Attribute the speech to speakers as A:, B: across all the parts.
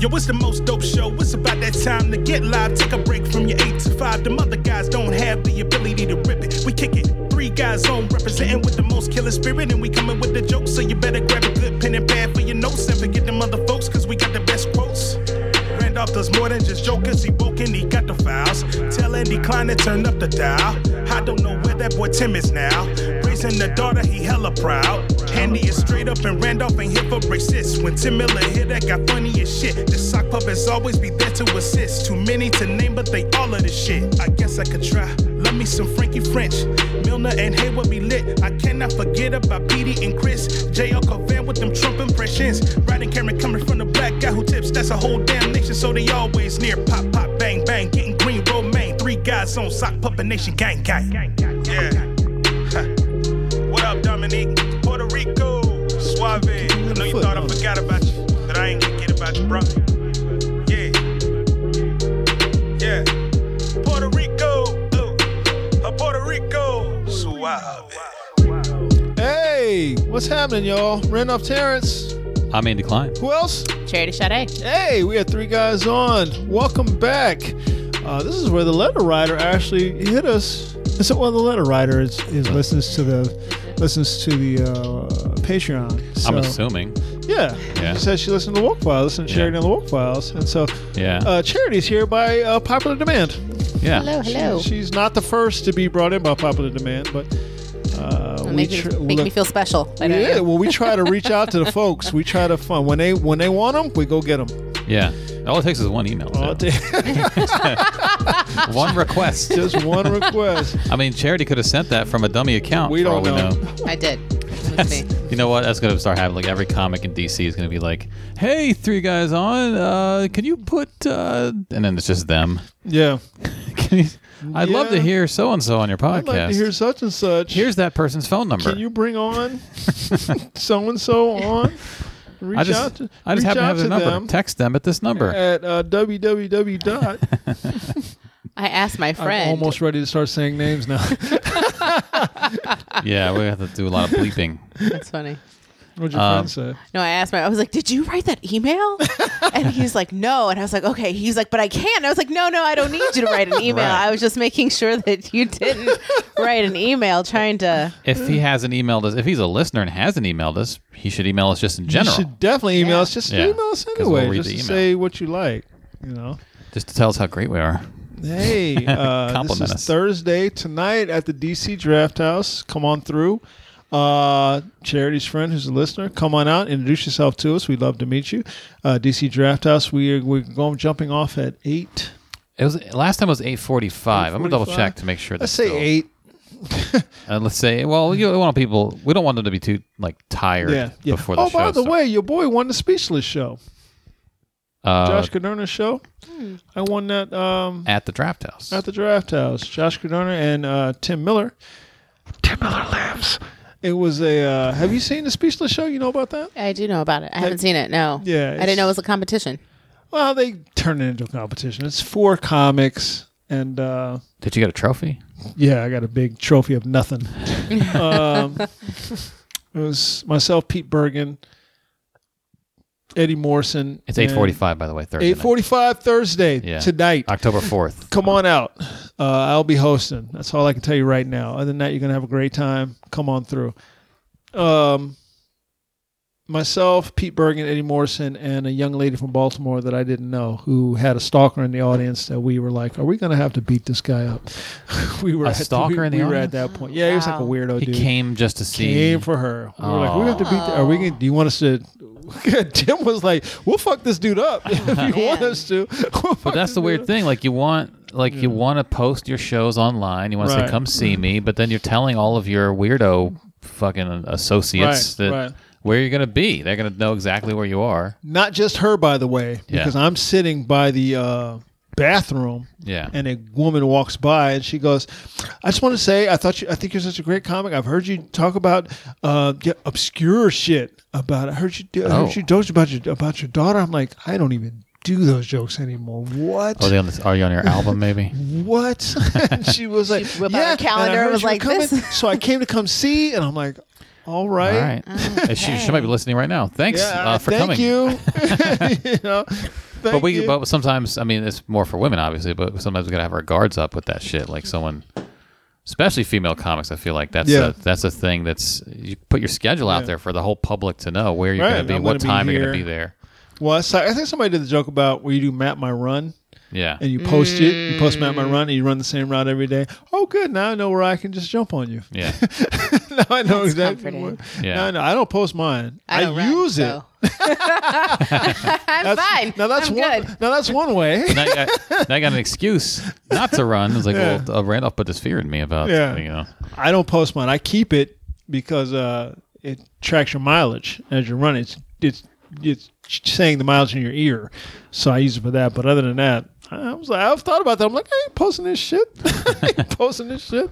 A: Yo, it's the most dope show. It's about that time to get live. Take a break from your 8 to 5. Them other guys don't have the ability to rip it. We kick it. Three guys on representing with the most killer spirit. And we coming with the jokes. So you better grab a good pen and pad for your notes. And forget them other folks, cause we got the best quotes. Randolph does more than just jokers. He broke and he got the files. Tell Andy Klein to turn up the dial. I don't know where that boy Tim is now. Raising the daughter, he hella proud. Andy is straight up and Randolph ain't here for racist. When Tim Miller hit, that got funny as shit. The sock puppets always be there to assist. Too many to name, but they all of this shit. I guess I could try. Love me some Frankie French. Milner and Hayward be lit. I cannot forget about Petey and Chris. J.L. Covan with them Trump impressions. Riding Cameron coming from the black guy who tips. That's a whole damn nation, so they always near. Pop, pop, bang, bang. Getting green, romaine. Three guys on sock puppet nation, gang, gang. Yeah. Huh. What up, Dominique? Puerto Rico. Suave. I know you thought I forgot about you, but I ain't gonna get about you, bro. Yeah. Yeah. Puerto Rico. Uh, Puerto Rico. Suave.
B: Hey, what's happening, y'all? Randolph Terrence.
C: I'm Andy Klein.
B: Who else?
D: Charity Sade.
B: Hey, we had three guys on. Welcome back. Uh, this is where the letter writer actually hit us. It's, well, the letter writer is, is listens to the listens to the uh, Patreon. So,
C: I'm assuming.
B: Yeah.
C: Yeah.
B: She said she listened to the Woke Files, listened to
C: Yeah.
B: Charity on the Woke Files, and so
C: Yeah.
B: uh, Charity's here by uh, popular demand.
C: yeah.
D: Hello,
B: She-
D: hello.
B: she's not the first to be brought in by popular demand, but uh, we
D: make me,
B: tr-
D: make me
B: look-
D: feel special. I know
B: Yeah,
D: you.
B: well, we try to reach out to the folks. We try to find when they when they want them, we go get them.
C: Yeah. All it takes is one email.
B: All
C: so.
B: it takes-
C: one request.
B: just one request.
C: I mean, Charity could have sent that from a dummy account.
B: We
C: for all
B: don't know.
C: we know.
D: I did. It was me.
C: You know what? That's gonna start happening. Like every comic in DC is gonna be like, "Hey, three guys on. Uh, can you put?" Uh, and then it's just them.
B: Yeah,
C: Can you- I'd love to
B: Yeah.
C: hear so and so on your podcast.
B: I'd like to hear such and such.
C: Here's that person's phone number.
B: can you bring on so and so on? Reach
C: I just,
B: out. To,
C: I just
B: reach
C: happen to
B: out
C: have their number.
B: them
C: Text them at this number.
B: at uh, www. dot.
D: I asked my
B: I'm
D: friend.
B: almost ready to start saying names now.
C: yeah, we have to do a lot of bleeping.
D: That's funny.
B: What'd your
C: Um,
B: friend say?
D: No, I asked my. I was like, "Did you write that email?" and he's like, "No." And I was like, "Okay." He's like, "But I can't." And I was like, "No, no, I don't need you to write an email.
C: Right.
D: I was just making sure that you didn't write an email trying to."
C: If he hasn't emailed us, if he's a listener and hasn't emailed us, he should email us just in
B: You
C: general,
B: should definitely email us. Just
C: Yeah.
B: email us
C: 'Cause we'll
B: anyway.
C: read
B: just
C: the
B: to
C: email.
B: say what you like. You know.
C: just to tell us how great we are.
B: Hey, uh, this
C: Compliment
B: is
C: us.
B: Thursday tonight at the DC Draft House. Come on through. Uh, Charity's friend who's a listener, come on out, introduce yourself to us. We'd love to meet you. Uh, DC Draft House. We are we're going jumping off at eight.
C: It was last time it was eight forty five. I'm gonna double
B: 8:45.
C: check to make sure.
B: Let's
C: that's
B: say
C: still-
B: eight.
C: Uh, let's say. Well, you don't want people. We don't want them to be too like tired
B: Yeah, yeah.
C: before the
B: oh,
C: show.
B: by the
C: starts.
B: way, your boy won the Speechless show,
C: Uh,
B: Josh Caderna's show. I won that um,
C: at the draft house.
B: at the Draft House. Josh Caderna and uh, Tim Miller. Tim Miller lives. It was a. Uh, have you seen the Speechless show? You know about that?
D: I do know about it. I haven't seen it. No.
B: Yeah,
D: I
B: it's-
D: didn't know it was a competition.
B: Well, they turn it into a competition. It's four comics, and uh,
C: Did you get a trophy?
B: yeah, I got a big trophy of nothing. um, it was myself, Pete Bergen, Eddie Morrison.
C: It's eight forty five, by the way. Thursday. night.
B: Eight forty-five Thursday
C: Yeah.
B: tonight.
C: October fourth.
B: Come on out. Uh, I'll be hosting. That's all I can tell you right now. Other than that, you're gonna have a great time. Come on through. Um, myself, Pete Bergen, Eddie Morrison, and a young lady from Baltimore that I didn't know who had a stalker in the audience that we were like, are we going to have to beat this guy up? we were
C: A
B: at-
C: stalker
B: we,
C: in the
B: we
C: audience?
B: were at that point. Yeah, he was like a
D: Wow.
B: weirdo
C: He
B: dude.
C: came just to see.
B: Came for her. We were like, we have to beat. The, are we? Gonna, do you want us to? Tim was like, "We'll fuck this dude up if you want
D: Man.
B: us to."
C: But that's the weird thing. Like you want, like you want to post your shows online. You want to
B: Right.
C: say, "Come see me," but then you're telling all of your weirdo fucking associates
B: Right,
C: that
B: right.
C: where you're gonna be. They're gonna know exactly where you are.
B: Not just her, by the way,
C: Yeah.
B: because I'm sitting by the uh, bathroom,
C: Yeah.
B: and a woman walks by, and she goes, "I just want to say, I thought you, I think you're such a great comic. I've heard you talk about uh, yeah, obscure shit about. I heard you, do, I
C: Oh.
B: heard you jokes about your about your daughter. I'm like, I don't even do those jokes anymore. What?
C: Are Oh, they on this? Are you on your album? Maybe.
B: what? And she was like,
D: She whipped out
B: yeah.
D: her
B: and I
D: calendar and
B: heard
D: was
B: you were
D: like,
B: coming,
D: this-
B: So I came to come see, and I'm like, all
C: All
B: right.
C: right. Uh, She, she might be listening right now. Thanks
B: Yeah,
C: uh, for
B: thank
C: coming.
B: you. you know, Thank
C: but we,
B: you.
C: but sometimes, I mean, it's more for women, obviously. But sometimes we gotta have our guards up with that shit. Like someone, especially female comics, I feel like that's
B: Yeah.
C: a, that's a thing that's you put your schedule out there for the whole public to know where you're
B: Right,
C: gonna be,
B: I'm
C: what
B: gonna be
C: time you're gonna be
B: here.
C: there.
B: well, I, saw, I think somebody did the joke about where you do map my run
C: Yeah,
B: and you post it. You post
D: Mm.
B: map my run and you run the same route every day. Oh, good. Now I know where I can just jump on you.
C: yeah,
B: now I know exactly.
D: comforting.
B: Where,
C: Yeah.
B: Now I know. I don't post mine. I,
D: don't run,
B: use it.
D: so. I'm
B: That's-
D: fine.
B: Now that's
D: I'm
B: one.
D: good.
B: Now that's one way.
C: now, you got, now you got an excuse not to run. It's like,
B: Yeah.
C: well, uh, Randolph put this fear in me about,
B: Yeah.
C: you know,
B: I don't post mine. I keep it because uh, it tracks your mileage as you're running. It's it's it's saying the mileage in your ear, so I use it for that. But other than that, I was like, I've thought about that. I'm like, I ain't posting this shit. I ain't posting this shit.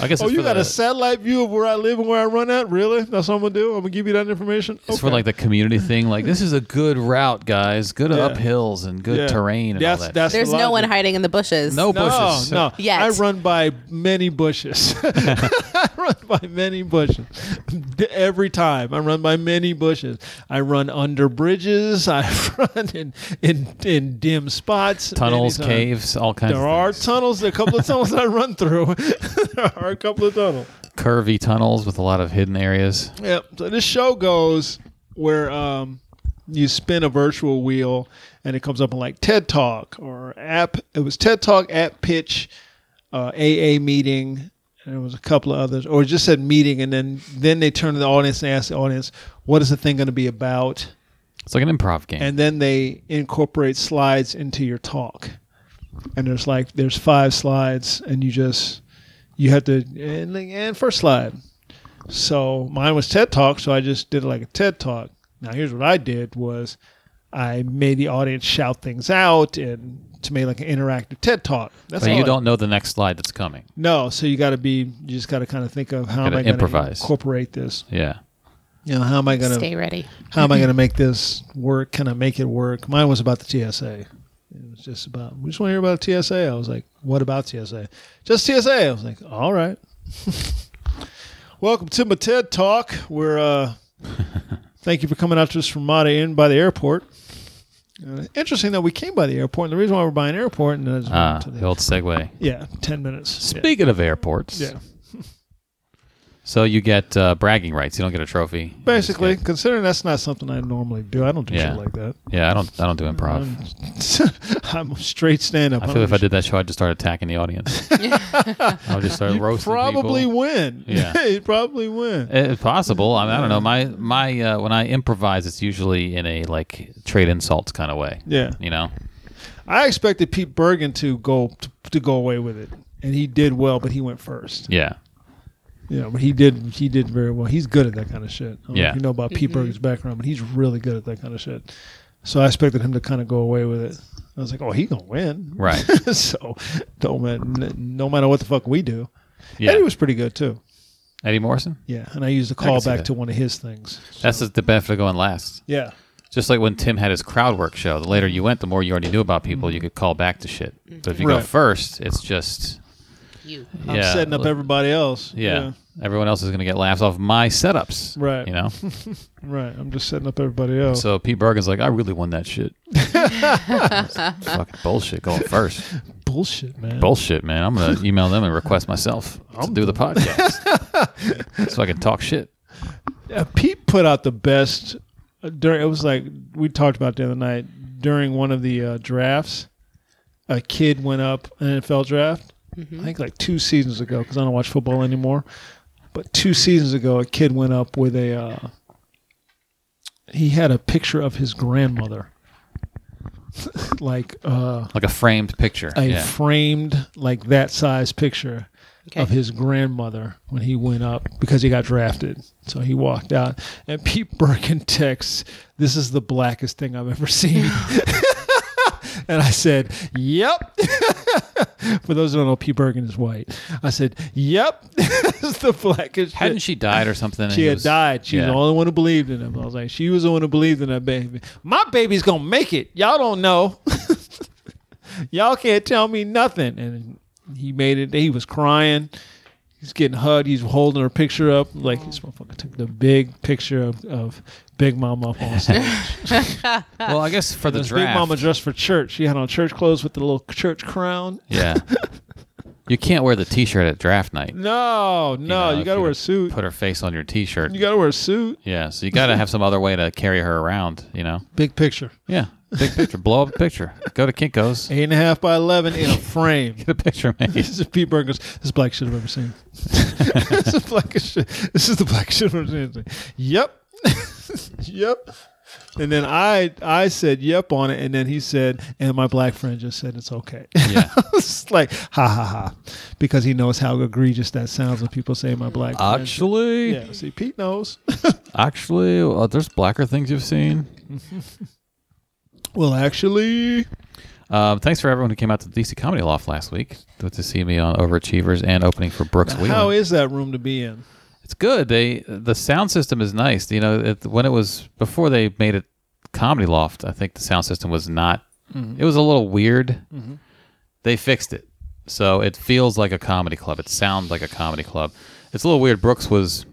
C: I guess
B: oh,
C: it's
B: you
C: for
B: got
C: the-
B: a satellite view of where I live and where I run at? Really? That's what I'm gonna do. I'm gonna give you that information.
C: it's for like the community thing. Like this is a good route, guys. Good uphills and good
B: Yeah.
C: terrain and
B: that's,
C: all that.
B: That's
D: There's
B: the
D: no one
B: logic.
D: hiding in the bushes.
C: no
B: No,
C: bushes.
B: no.
D: Yet.
B: I run by many bushes. I run by many bushes D- every time. I run by many bushes. I run under bridges. I run in in, in dim spots.
C: Tunnels,
B: many times.
C: caves, all kinds.
B: There
C: of
B: are
C: things.
B: tunnels. There are a couple of tunnels that I run through. there are a couple of tunnels.
C: curvy tunnels with a lot of hidden areas.
B: Yep. So this show goes where um, you spin a virtual wheel and it comes up on like TED Talk or app. It was TED Talk app pitch, uh, AA meeting, and it was a couple of others, or it just said meeting, and then then they turn to the audience and ask the audience, "What is the thing going to be about?"
C: It's like an improv game.
B: and then they incorporate slides into your talk and there's like there's five slides and you just you have to and, like, and first slide so mine was ted talk so i just did like a ted talk now here's what i did was i made the audience shout things out and to make like an interactive ted talk that's
C: but
B: all
C: you
B: I-
C: don't know the next slide that's coming.
B: no so you got to be you just got to kind of think of how am
C: Gotta
B: i going to
C: improvise.
B: incorporate this
C: Yeah.
B: you know how am i going to
D: Stay ready.
B: how am I going to make this work? Can I make it work? Mine was about the TSA. It was just about, we just want to hear about TSA. I was like, what about TSA? Just TSA. I was like, all right. Welcome to my TED Talk. We're, uh, thank you for coming out to us from Mata Inn by the airport. Uh, interesting that we came by the airport. And the reason why we're by an airport, and then it's
C: Ah,
B: to
C: the
B: the,
C: old segue.
B: yeah, 10 minutes.
C: Speaking of airports,
B: Yeah.
C: so you get uh, bragging rights. You don't get a trophy. You just
B: Basically,
C: get-
B: considering that's not something I normally do, I don't do
C: Yeah.
B: shit like that.
C: yeah. I don't. I don't do improv.
B: I'm a straight stand up.
C: I feel if I did that show, I'd just start attacking the audience. I'll just start roasting
B: probably
C: people.
B: win.
C: Yeah.
B: you probably win.
C: It's possible. I mean, I don't know. My my uh, when I improvise, it's usually in a like trade insults kind of way.
B: Yeah,
C: You know.
B: I expected Pete Bergen to go to, to go away with it, and he did well, but he went first.
C: Yeah.
B: Yeah, but he did he did very well. He's good at that kind of shit. I don't know
C: Yeah.
B: if you know about Pete Bergen's background, but he's really good at that kind of shit. So I expected him to kind of go away with it. I was like, oh, he gonna win,
C: Right.
B: so don't matter, no matter what the fuck we do.
C: Yeah.
B: And he was pretty good too.
C: Eddie Morrison.
B: Yeah, and I used a
C: can see
B: callback
C: that.
B: to one of his things.
C: That's just the benefit of going last.
B: Yeah,
C: Just like when Tim had his crowd work show, the later you went, the more you already knew about people,
B: Mm-hmm.
C: you could call back to shit. But if you go
B: Right.
C: first, it's just
D: You.
B: Mm-hmm. I'm
C: yeah,
B: setting up
C: like-
B: everybody else.
C: yeah, everyone else is going to get laughs off my setups,
B: Right.
C: You know.
B: Right. I'm just setting up everybody else.
C: so Pete Bergen's like, I really won that shit. It's fucking bullshit going first.
B: bullshit, man.
C: Bullshit, man. I'm going to email them and request myself to do the podcast so I can talk shit.
B: Uh, Pete put out the best uh, during. It was like we talked about the other night during one of the uh, drafts. A kid went up an NFL draft. I think like two seasons ago because I don't watch football anymore. But two seasons ago, a kid went up with a. Uh, he had a picture of his grandmother, like uh,
C: Like a framed picture.
B: a
C: yeah.
B: framed like that size picture.
D: Okay.
B: of his grandmother when he went up because he got drafted. So he walked out, and Pete Birkin texts, "This is the blackest thing I've ever seen." and I said, "Yep." For those who don't know, Pete Bergen is white. I said, "Yep, it's the blackest."
C: Hadn't
B: shit."
C: she died or something? and
B: She
C: he
B: had
C: was-
B: died. She was
C: yeah.
B: the only one who believed in him. I was like, she was the one who believed in that baby. My baby's gonna make it. Y'all don't know. Y'all can't tell me nothing. And he made it. He was crying. He's getting hugged. He's holding her picture up. Like this motherfucker took the big picture of, of Big Mama up on stage.
C: Well, I guess for the
B: There's Big
C: draft.
B: Mama dressed for church. She had on church clothes with the little church crown.
C: yeah. You can't wear the T-shirt at draft night.
B: No, no,
C: know,
B: you,
C: if
B: got to
C: you
B: wear a suit.
C: Put her face on your T-shirt.
B: You got to wear a suit.
C: yeah, so you got to have some other way to carry her around. You know.
B: Big picture.
C: Yeah. Big picture. Blow up a picture. Go to Kinko's.
B: Eight and a half by 11 in a frame.
C: Get a picture made.
B: This is Pete Burke goes, This is black shit I've ever seen. this, is black shit. this is the black shit I've ever seen. Yep. yep. And then I I said yep on it, and then he said, and my black friend just said it's okay.
C: Yeah.
B: it's like ha ha ha, because he knows how egregious that sounds when people say my black.
C: Ah,
B: friend.
C: Actually,
B: yeah. See, Pete knows.
C: actually, uh, there's blacker things you've seen.
B: well, actually,
C: Um, thanks for everyone who came out to the DC Comedy Loft last week to, to see me on Overachievers and opening for Brooks Wheeler.
B: how is that room to be in?
C: it's good. They the sound system is nice. You know, it, when it was before they made it Comedy Loft, I think the sound system was not. It was a little weird. They fixed it, so it feels like a comedy club. It sounds like a comedy club. It's a little weird. Brooks was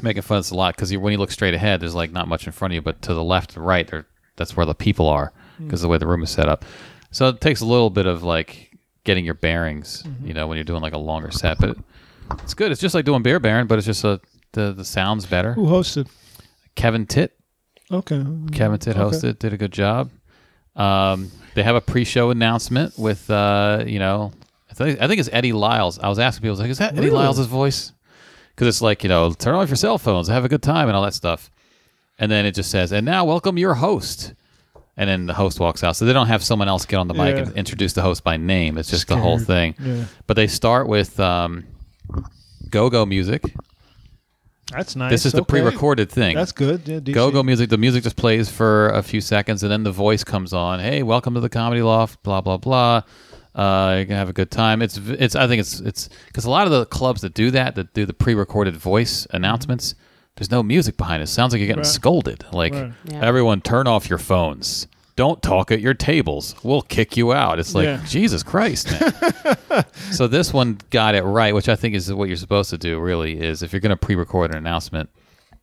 C: making fun of this a lot because when you look straight ahead, there's like not much in front of you, but to the left and right, there that's where the people are because the way the room is set up. So it takes a little bit of like getting your bearings, you know, when you're doing like a longer set, but. It, it's good. It's just like doing Beer Baron, but it's just a the the sounds better.
B: Who hosted?
C: Kevin Tit,
B: Okay.
C: Kevin Tit hosted, did a good job. Um, they have a pre-show announcement with uh, you know, I think, I think it's Eddie Lyles. I was asking people, I was like, is that Eddie
B: Really?
C: Lyles' voice? Because it's like you know, turn off your cell phones, have a good time, and all that stuff. And then it just says, and now welcome your host. And then the host walks out, so they don't have someone else get on the mic
B: Yeah.
C: and introduce the host by name. It's just the whole thing.
B: Scared. Yeah.
C: But they start with um, go-go music.
B: That's nice.
C: This is the
B: Okay.
C: pre-recorded thing.
B: That's good. Yeah, DC.
C: Go go music. The music just plays for a few seconds, and then the voice comes on. Hey, welcome to the comedy loft. Blah blah blah. Uh, you can have a good time. It's it's. I think it's it's because a lot of the clubs that do that that do the pre-recorded voice announcements. There's no music behind it. Sounds like you're getting
B: Mm-hmm. Right.
C: scolded. Like
B: Right.
D: Yeah.
C: everyone, turn off your phones. Don't talk at your tables. We'll kick you out. It's like
B: Yeah.
C: Jesus Christ, man. so this one got it right, which I think is what you're supposed to do. Really, is if you're going to pre-record an announcement,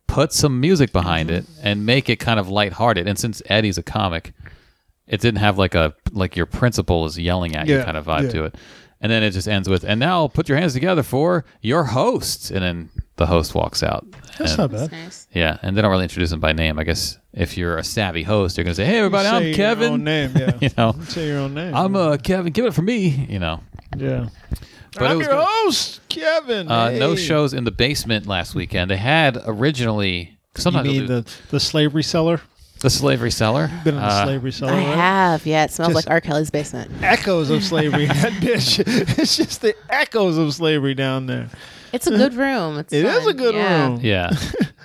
C: put some music behind it and make it kind of lighthearted. And since Eddie's a comic, it didn't have like a like your principal is yelling at you
B: Yeah,
C: kind of vibe
B: yeah.
C: to it. And then it just ends with, and now put your hands together for your host. And then the host walks out.
B: That's
C: And-
B: not bad.
D: Nice.
C: yeah, and they don't really introduce them by name. I guess if you're a savvy host, you're gonna say, "Hey, everybody,
B: Say
C: I'm
B: your own
C: Kevin."
B: name, yeah.
C: You know,
B: Say your own name.
C: I'm uh, Kevin. Give it for me. You know,
B: yeah.
C: but it
B: I'm
C: was
B: your
C: good.
B: host, Kevin.
C: Uh,
B: Hey.
C: No shows in the basement last weekend. They had originally
B: You
C: sometimes
B: mean
C: the,
B: the, the slavery seller?
C: the slavery seller.
B: Been in the
C: Uh,
B: slavery seller.
D: I
B: right?
D: have. Yeah, it smells
B: Just-
D: like R. Kelly's basement.
B: Echoes of slavery in that bitch. It's just the echoes of slavery down there.
D: It's a good room. It's
B: It is
D: fun.
B: a good
D: Yeah.
B: room.
C: Yeah.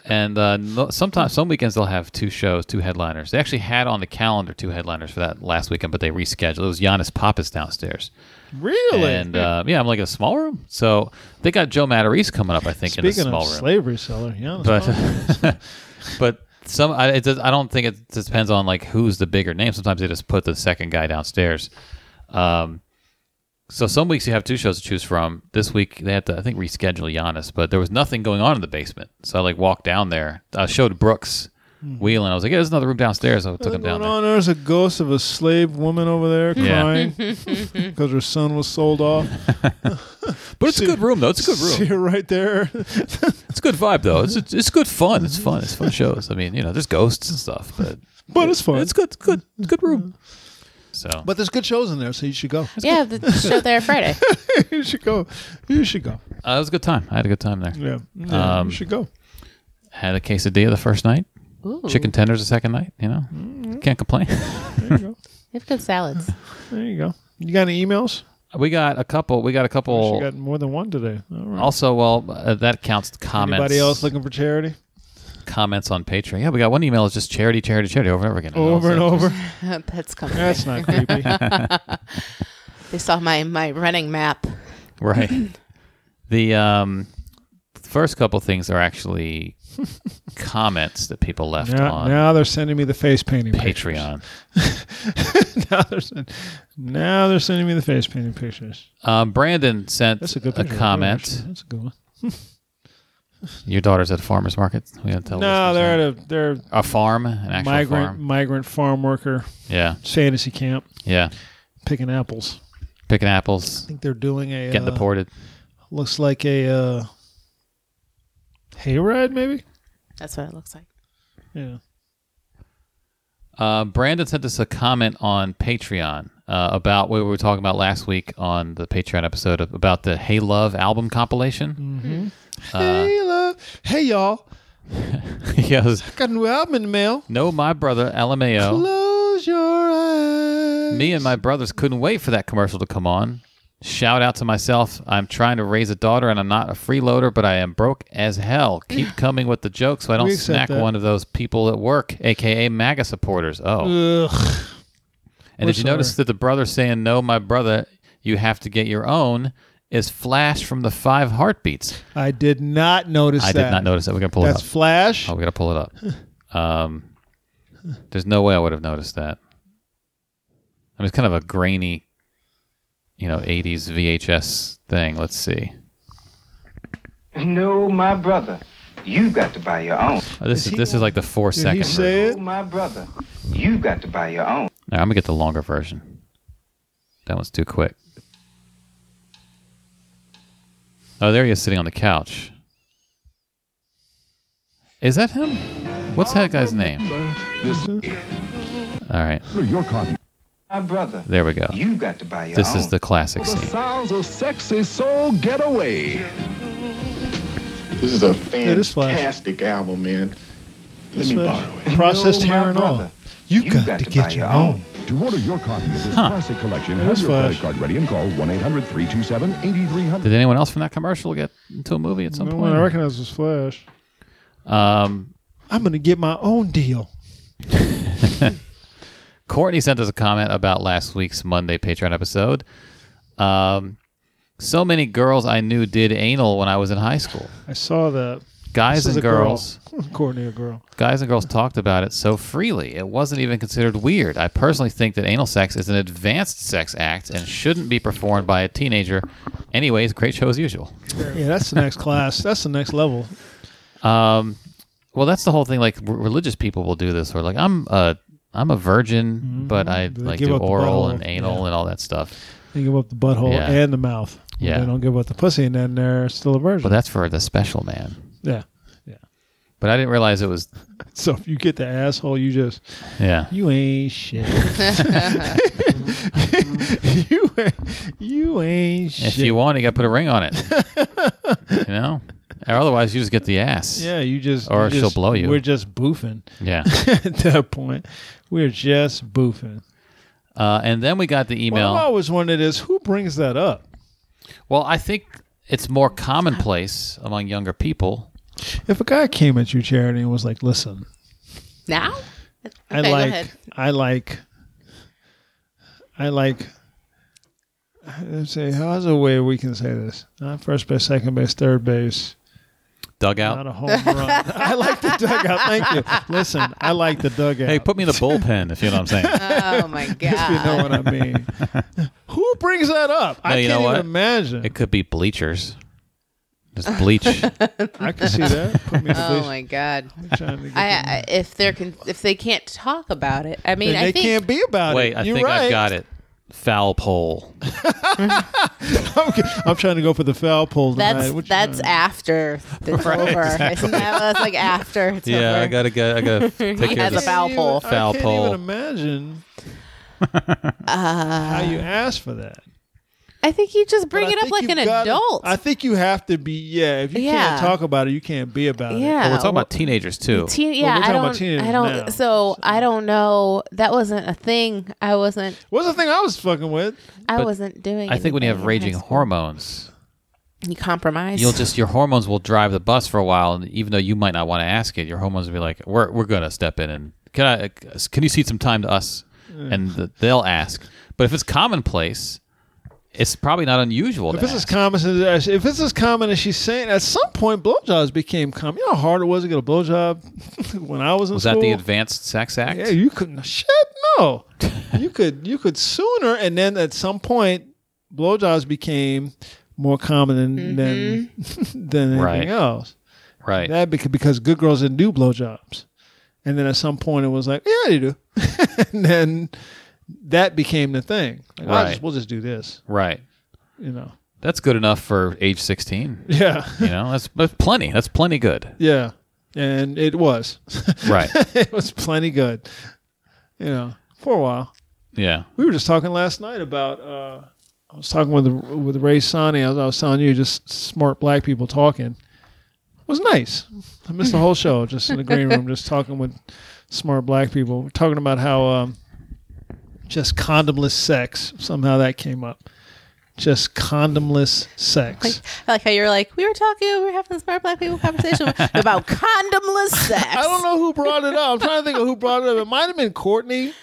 C: and uh, no, sometimes, some weekends they'll have two shows, two headliners. They actually had on the calendar two headliners for that last weekend, but they rescheduled. It was Giannis Pappas downstairs.
B: Really?
C: And uh, yeah, I'm like in a small room. So they got Joe Matarese coming up, I think, in a
B: Speaking
C: small
B: of
C: room.
B: slavery seller, yeah.
C: but
B: that's fine.
C: but some I, it does, I don't think it just depends on like who's the bigger name. Sometimes they just put the second guy downstairs. Um, so some weeks you have two shows to choose from. This week they had to I think reschedule Giannis, but there was nothing going on in the basement. So I like walked down there. I showed Brooks Wheeling. I was like, yeah, there's another room downstairs. I took him
B: Hmm. What's
C: down
B: going
C: there.
B: on? There's a ghost of a slave woman over there
C: Yeah.
B: crying because her son was sold off.
C: But it's a good room though. It's a good
B: See
C: room.
B: her right there.
C: It's a good vibe though. It's it's good fun. It's fun. It's fun shows. I mean, you know, there's ghosts and stuff, but
B: But it's fun.
C: it's good. It's good. It's a good room. So
B: but there's good shows in there, so you should go.
D: Yeah, the show there Friday.
B: you should go. You should go.
C: uh, it was a good time. I had a good time there.
B: Yeah. Yeah,
C: Um,
B: you should go.
C: had a quesadilla the first night,
D: Ooh,
C: chicken tenders the second night. You know,
B: Mm-hmm.
C: can't complain.
B: There you go.
D: They have good salads.
B: There you go. You got any emails?
C: we got a couple. We got a
B: She
C: couple.
B: got more than one today. All right.
C: also, well, uh, that counts. Comments.
B: Anybody else looking for charity?
C: comments on Patreon. Yeah, we got one email. It's just charity, charity, charity over and over again.
B: Over and
C: also just-
B: over.
D: That's coming.
B: That's not creepy.
D: They saw my my running map.
C: Right. the um, first couple things are actually comments that people left
B: now,
C: on
B: now they're sending me the face painting pictures.
C: Patreon.
B: now, they're send, now they're sending me the face painting pictures.
C: Um, Brandon sent
B: That's a good
C: a
B: picture right there,
C: comment.
B: actually. That's a good one.
C: Your daughter's at a farmer's market. We gotta tell
B: No,
C: listeners
B: they're
C: that.
B: at a they're
C: a farm, an actual
B: migrant
C: farm.
B: migrant farm worker
C: Yeah,
B: fantasy camp
C: yeah.
B: picking apples.
C: Picking apples,
B: I think they're doing a
C: getting
B: uh,
C: deported.
B: looks like a uh, hayride maybe.
D: That's what it looks like.
B: Yeah.
C: Uh, Brandon sent us a comment on Patreon uh, about what we were talking about last week on the Patreon episode of, about the Hey Love album compilation. Uh,
B: hey, love. hey y'all, Mm.
C: he goes,
B: got a new album in the mail.
C: "No, my brother LMAO.
B: Close your eyes.
C: Oh. Me and my brothers couldn't wait for that commercial to come on. Shout out to myself. I'm trying to raise a daughter, and I'm not a freeloader, but I am broke as hell. Keep coming with the jokes, so I don't
B: We accept
C: smack
B: that.
C: one of those people at work, aka MAGA supporters. Oh,
B: Ugh.
C: And
B: We're
C: did you
B: sorry.
C: notice that the brother saying, No, my brother, you have to get your own is Flash from the Five Heartbeats?
B: I did not notice
C: I
B: that.
C: did not notice that. We're going to pull
B: That's
C: it up.
B: Flash.
C: oh, we got to pull it up. Um, there's no way I would have noticed that. I mean, it's kind of a grainy, you know, 80s VHS thing. Let's see.
E: No, my brother. You've got to buy your own.
C: Oh, this is,
B: he
C: this is like the four
B: Did he
C: second version.
B: say
E: No,
B: it?
E: my brother. You've got to buy your own.
C: All right, I'm going to get the longer version. That one's too quick. Oh, there he is sitting on the couch. Is that him? What's that guy's name? All right,
E: My brother.
C: there we go.
E: You've got to buy your
C: This
E: own.
C: is the classic
F: The
C: scene.
F: sounds of sexy soul getaway.
G: This is a
B: It is Flash.
G: fantastic album, man. Let
B: It's
G: me
B: Flash.
G: borrow it.
B: Processed
E: No, my
B: hair and all.
E: brother.
B: You
E: You've
B: got,
E: got
B: to
E: to buy
B: get your
E: your
B: own.
E: own.
F: To order your copy of this classic collection, have
B: That's
F: your
B: Flash.
F: credit card ready and call 1-800-327-8300.
C: Did anyone else from that commercial get into a movie at some
B: No one I
C: point?
B: recognize was Flash.
C: Um,
B: I'm gonna get my own deal.
C: Courtney sent us a comment about last week's Monday Patreon episode. Um, so many girls I knew did anal when I was in high school.
B: I saw that.
C: Guys
B: This is
C: and
B: a girl.
C: girls.
B: Courtney, a girl.
C: guys and girls talked about it so freely. It wasn't even considered weird. I personally think that anal sex is an advanced sex act and shouldn't be performed by a teenager. Anyways, great show as usual.
B: Yeah, that's the next class. That's the next level.
C: Um, well, that's the whole thing. Like r- religious people will do this, or like I'm a I'm a virgin, but I
B: Mm-hmm. They
C: like
B: give
C: do
B: up the
C: oral
B: butthole.
C: and anal
B: Yeah.
C: and all that stuff.
B: They give up the butthole
C: Yeah.
B: and the mouth.
C: Yeah.
B: They don't give up the pussy, and then they're still a virgin.
C: But that's for the special man.
B: yeah. Yeah.
C: But I didn't realize it was.
B: So if you get the asshole, you just
C: Yeah.
B: you ain't shit. you ain't- you ain't shit.
C: If you want, you got to put a ring on it. you know, or otherwise you just get the ass.
B: yeah, you just
C: Or
B: you
C: she'll
B: just-
C: blow you.
B: We're just boofing
C: Yeah.
B: at that point. We're just boofing.
C: Uh, and then we got the
B: What
C: email.
B: I've always wondered is who brings that up.
C: Well, I think it's more commonplace among younger people.
B: If a guy came at you, Charity, and was like, "Listen,
D: Now?
B: I
D: Okay, go
B: like,
D: ahead.
B: I like, I like. Let's see, how's a way we can say this? Not first base, second base, third base. Not
C: Dugout.
B: a home run. I like the dugout. Thank you. Listen, I like the dugout.
C: Hey, put me in the bullpen if you know what I'm saying.
D: Oh my
B: if you know
D: god.
B: what I mean. Who brings that up? I
C: you
B: can't
C: know
B: even
C: what?
B: imagine.
C: It could be bleachers. Just bleach.
B: I can see that. Put me in the
D: Oh
B: bleach-
D: my god.
B: trying to get
D: I,
B: the-
D: I if they're con- if they can't talk about it. I mean,
B: Then
D: I
B: they
D: think
B: can't be about
C: Wait,
B: it.
C: I
B: You're
C: think
B: right.
C: I've got it. Foul pole.
B: Okay, I'm trying to go for the foul pull tonight.
D: that's
B: What you
D: that's
B: doing?
D: after it's
C: Right,
D: over.
C: exactly.
D: Isn't that that's like after it's
C: Yeah,
D: over?
C: I gotta get. I gotta take
D: He
C: care of
D: has
C: this.
D: a foul pole.
B: I
C: Foul
B: can't
C: pole.
B: even imagine
D: Uh,
B: how you ask for that.
D: I think you just bring
B: But I
D: it up
B: think
D: like
B: you've
D: an
B: gotta-
D: adult.
B: I think you have to be. Yeah, if you
D: Yeah.
B: can't talk about it, you can't be about it.
D: yeah.
C: Well, we're talking about teenagers too.
D: Teen, yeah,
B: we're talking about
D: I don't.
B: teenagers
D: I don't.
B: now,
D: so I don't know. That wasn't a thing. I wasn't.
B: What's the thing I was fucking with?
D: I
C: But
D: wasn't doing.
C: I think when you have
D: anything in
C: raging
D: high school.
C: hormones,
D: you compromise.
C: you'll just your hormones will drive the bus for a while, and even though you might not want to ask it, your hormones will be like, "We're we're gonna step in and can I can you cede some time to us?" And th they'll ask. But if it's commonplace, it's probably not unusual.
B: If
C: to
B: this is
C: ask.
B: common as if this is common as she's saying, at some point blowjobs became common. You know how hard it was to get a blowjob when I was in
C: was
B: school.
C: that the Advanced Sex Act?
B: Yeah, you couldn't. Shit, no. you could you could sooner, and then at some point, blowjobs became more common than than, than anything
C: Mm-hmm. Right.
B: else.
C: Right.
B: That beca- because good girls didn't do blowjobs, and then at some point it was like, yeah, they do, and then that became the thing. Like, I'll
C: Right.
B: just- we'll just do this,
C: right.
B: you know.
C: That's good enough for age 16.
B: Yeah,
C: You know, that's, that's plenty. That's plenty good.
B: yeah, and it was,
C: Right.
B: it was plenty good, you know, for a while.
C: Yeah.
B: We were just talking last night about. Uh, I was talking with with Ray Sonny. I was, I was telling you, just smart black people talking. It was nice. I missed the whole show just in the green room, just talking with smart black people. We're talking about how um, just condomless sex. Somehow that came up. Just condomless sex.
D: Like, I like how you're like, we were talking, we were having this smart black people conversation about condomless sex.
B: I don't know who brought it up. I'm trying to think of who brought it up. It might have been Courtney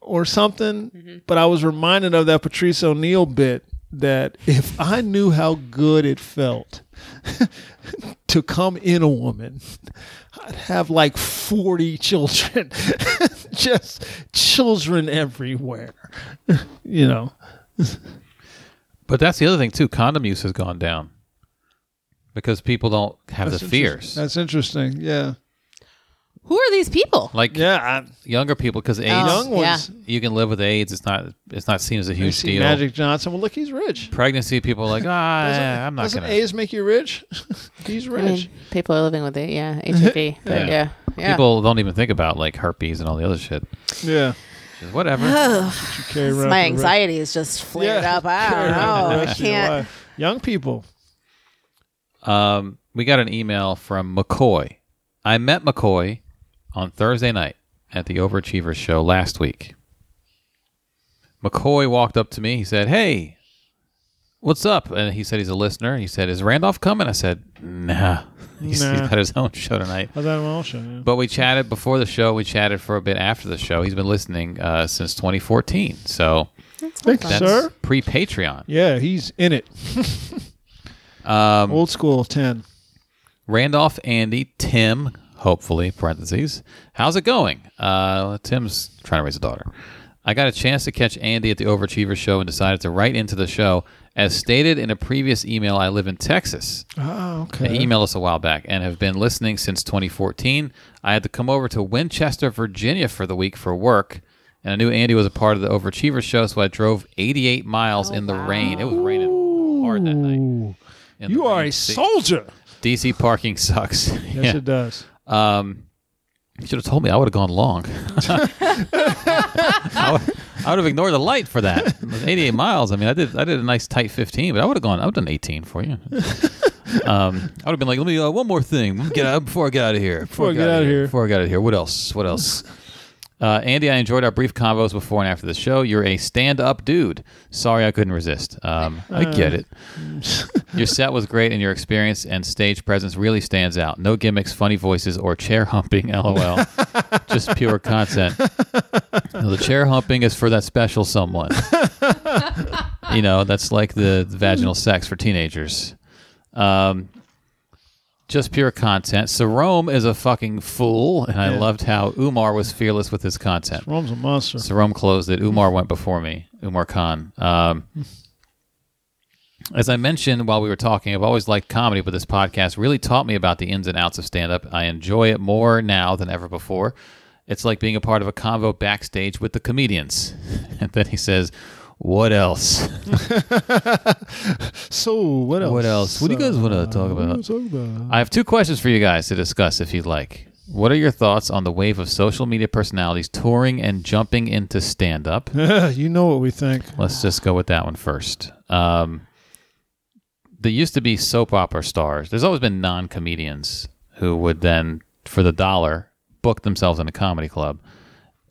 B: or something, but I was reminded of that Patrice O'Neill bit that if I knew how good it felt to come in a woman, I'd have like 40 children. Just children everywhere. you know.
C: But that's the other thing, too. Condom use has gone down because people don't have the
B: That's
C: fears.
B: That's interesting. Yeah.
D: Who are these people?
C: Like
B: Yeah,
C: younger people, because AIDS,
D: Oh,
B: young
D: yeah.
B: ones.
C: you can live with AIDS. It's not it's not seen as a
B: I
C: huge
B: see
C: deal.
B: Magic Johnson. Well, look, he's rich.
C: Pregnancy, people are like, ah,
B: Doesn't-
C: I'm not
B: doesn't
C: going to.
B: A's make you rich? He's
D: I
B: rich.
D: mean, people are living with it, yeah, HIV. But yeah. yeah.
C: People don't even think about like herpes and all the other shit.
B: yeah.
C: Just
B: Oh.
C: Whatever.
B: You carry around
D: my
B: for the rest-
D: anxiety is just flared
B: Yeah.
D: up. I don't
B: Yeah,
D: know. I
B: that's
D: can't.
B: why. Young people.
C: um, we got an email from McCoy. I met McCoy on Thursday night at the Overachievers show last week. McCoy walked up to me. He said, "Hey, what's up?" And he said he's a listener. He said, "Is Randolph coming?" I said, "Nah, he's, he's
B: Nah.
C: got his own show tonight."
B: How's that on show? Yeah.
C: But we chatted before the show. We chatted for a bit after the show. He's been listening uh, since 2014, so
B: Thank you,
C: that's
B: sir.
C: pre Patreon.
B: Yeah, he's in it.
C: Um,
B: Old school 10.
C: Randolph, Andy, Tim, hopefully, parentheses. How's it going? Uh, Tim's trying to raise a daughter. I got a chance to catch Andy at the Overachiever show and decided to write into the show. As stated in a previous email, I live in Texas.
B: Oh,
C: They
B: okay.
C: emailed us a while back and have been listening since 2014. I had to come over to Winchester, Virginia for the week for work. And I knew Andy was a part of the Overachievers show, so I drove 88 miles in the rain. It was raining hard that night.
B: Oh, Ooh,
C: in the
B: you are
C: rain.
B: a soldier.
C: DC parking sucks.
B: Yes,
C: Yeah.
B: it does.
C: Um, you should have told me. I would have gone long. I, would, I would have ignored the light for that. It was 88 miles. I mean, I did I did a nice tight 15, but I would have gone. I would have done 18 for you. Um, I would have been like, let me uh, one more thing. Let me Get out before I get out of here.
B: Before I get out of here.
C: Before I get out of here. What else? What else? Uh, Andy, I enjoyed our brief convos before and after the show. You're a stand-up dude. Sorry, I couldn't resist. Um, I
B: Uh,
C: get it. Your set was great, and your experience and stage presence really stands out. No gimmicks, funny voices, or chair humping. LOL. Just pure content. No, the chair humping is for that special someone. you know, that's like the, the vaginal sex for teenagers. Um, just pure content. So Rome is a fucking fool, and I loved how Umar was fearless with his content.
B: Rome's a monster.
C: So Rome closed it. Umar went before me. Umar Khan. Um, as I mentioned while we were talking, I've always liked comedy, but this podcast really taught me about the ins and outs of stand up. I enjoy it more now than ever before. It's like being a part of a convo backstage with the comedians. and then he says, What else?
B: So, what else? Uh,
C: What else? What do you guys want to talk about?
B: What do you talk about?
C: I have two questions for you guys to discuss if you'd like. What are your thoughts on the wave of social media personalities touring and jumping into stand up?
B: you know what we think.
C: Let's just go with that one first. Um, there used to be soap opera stars. There's always been non comedians who would then, for the dollar, book themselves in a comedy club.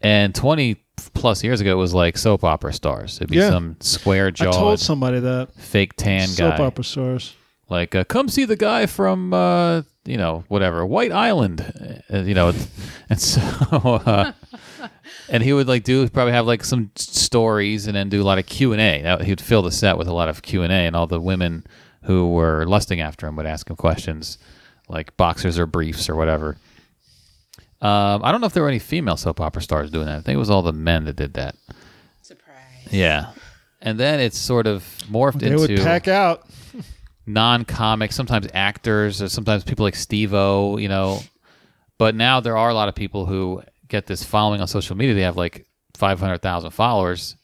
C: And 20 plus years ago, it was like soap opera stars. It'd be
B: Yeah.
C: some square
B: I told
C: jawed,
B: somebody that.
C: fake tan
B: Soap
C: guy.
B: opera stars.
C: Like, uh, come see the guy from, uh, you know, whatever, White Island. Uh, you know, and so. Uh, and he would like do probably have like some s- stories and then do a lot of Q and A. He'd fill the set with a lot of Q and A, and all the women who were lusting after him would ask him questions like boxers or briefs or whatever. Um, I don't know if there were any female soap opera stars doing that. I think it was all the men that did that. Surprise. Yeah, and then it's sort of morphed
B: They
C: into
B: would pack out.
C: non-comics, sometimes actors, or sometimes people like Steve-O, you know. But now there are a lot of people who get this following on social media. They have like 500,000 followers.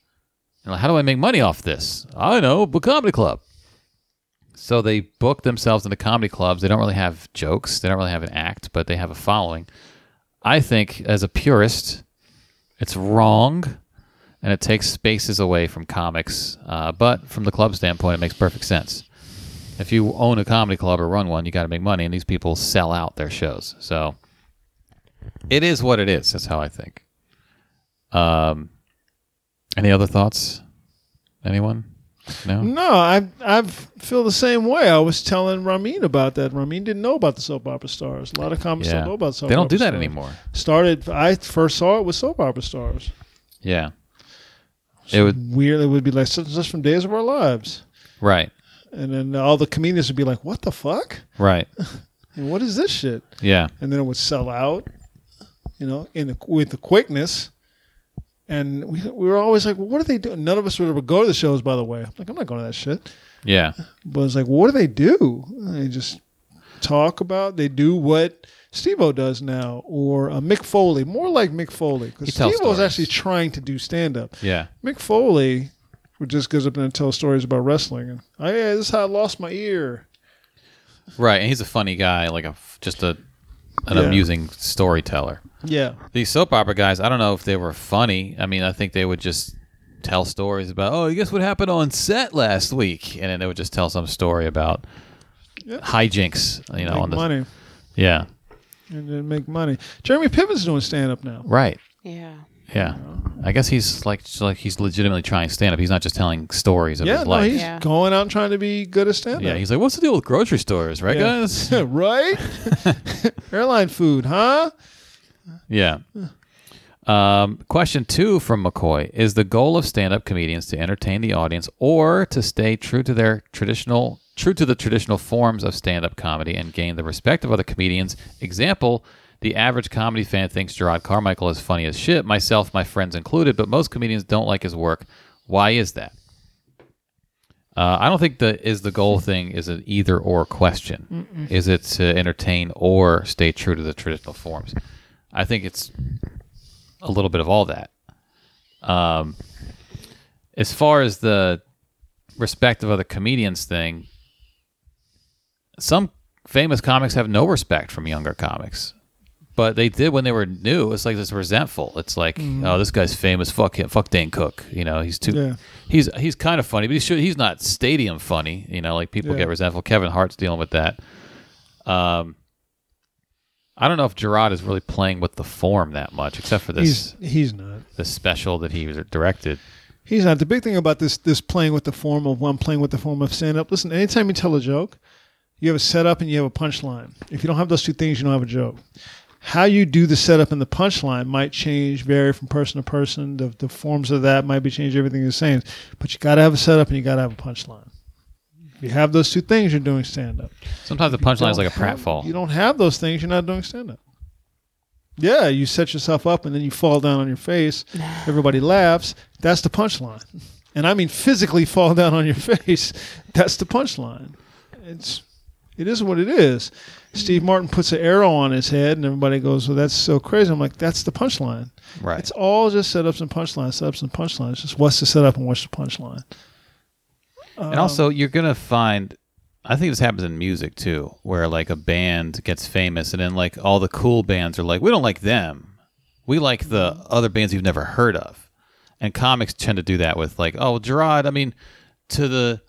C: And like, how do I make money off this? I know, book comedy club. So they book themselves into comedy clubs. They don't really have jokes. They don't really have an act, but they have a following. I think as a purist, it's wrong and it takes spaces away from comics. Uh, but from the club standpoint, it makes perfect sense. If you own a comedy club or run one, you got to make money, and these people sell out their shows. So it is what it is. That's how I think. Um, any other thoughts? Anyone? No.
B: No, I I feel the same way. I was telling Ramin about that. Ramin didn't know about the soap opera stars. A lot of comics
C: Yeah.
B: don't know about soap.
C: They don't
B: opera
C: do that
B: stars.
C: anymore.
B: Started. I first saw it with soap opera stars.
C: Yeah. It would
B: Weird. It would be like such and such from Days of Our Lives,
C: right,
B: and then all the comedians would be like, "What the fuck?
C: right,
B: And what is this shit?"
C: yeah,
B: And then it would sell out. You know, in the, with the quickness. And we, we were always like, well, what are they doing? None of us would ever go to the shows, by the way. I'm like, I'm not going to that shit.
C: yeah,
B: But it's like, what do they do? They just talk about. They do what Steve-O does now, or uh, Mick Foley, more like Mick Foley,
C: He
B: because
C: tells
B: Steve-O's
C: stories.
B: actually trying to do stand-up.
C: yeah.
B: Mick Foley would just goes up there and tells stories about wrestling, and oh yeah, this is how I lost my ear.
C: Right, and he's a funny guy, like a f- just a an
B: Yeah.
C: amusing storyteller.
B: Yeah,
C: These soap opera guys, I don't know if they were funny. I mean, I think they would just tell stories about, oh, guess what happened on set last week, and then they would just tell some story about
B: Yeah.
C: hijinks, you know,
B: make
C: Oh, on the
B: money
C: yeah,
B: and then make money. Jeremy Piven's doing stand-up now.
C: right,
D: Yeah.
C: yeah. I guess he's like just like he's legitimately trying stand up. He's not just telling stories of
B: Yeah,
C: his
B: no,
C: life.
B: he's
D: Yeah.
B: going out and trying to be good at stand-up.
C: yeah, he's like, what's the deal with grocery stores, right,
B: Yeah.
C: guys?
B: right. Airline food, huh?
C: Yeah. Um, question two from McCoy Is the goal of stand up comedians to entertain the audience or to stay true to their traditional true to the traditional forms of stand up comedy and gain the respect of other comedians? Example the average comedy fan thinks Gerard Carmichael is funny as shit, myself, my friends included, but most comedians don't like his work. Why is that? Uh, I don't think the is the goal thing is an either or question. Is it to entertain or stay true to the traditional forms? I think it's a little bit of all that. Um, as far as the respect of other comedians thing, some famous comics have no respect from younger comics, but they did when they were new. It's like this resentful. It's like, oh, this guy's famous. Fuck him. Fuck Dane Cook. You know, he's too.
B: Mm-hmm. Yeah.
C: He's he's kind of funny, but he's sure, he's not stadium funny. You know, like people
B: Yeah.
C: get resentful. Kevin Hart's dealing with that. Um, I don't know if Gerard is really playing with the form that much, except for
B: He's
C: this
B: he's not.
C: this special that he directed.
B: He's not. The big thing about this this playing with the form of one playing with the form of stand up. Listen, anytime you tell a joke, you have a setup and you have a punchline. If you don't have those two things, you don't have a joke. How you do the setup and the punchline might change, vary from person to person. The, the forms of that might be changed. Everything is the same, but you got to have a setup and you got to have a punchline. If you have those two things, you're doing stand up.
C: Sometimes the punchline is like a pratfall.
B: You don't have those things, you're not doing stand up. Yeah, you set yourself up and then you fall down on your face. Everybody laughs. That's the punchline. And I mean physically fall down on your face. That's the punchline. It's it is what it is. Steve Martin puts an arrow on his head and everybody goes, Well, that's so crazy. I'm like, that's the punchline.
C: right.
B: It's all just setups and punchlines, setups and punchlines. It's just what's the setup and what's the punchline. um,
C: and also, you're gonna find. I think this happens in music too, where like a band gets famous, and then like all the cool bands are like, we don't like them. We like the
B: Mm-hmm.
C: other bands you've never heard of. And comics tend to do that with like, oh, Gerard. I mean, to the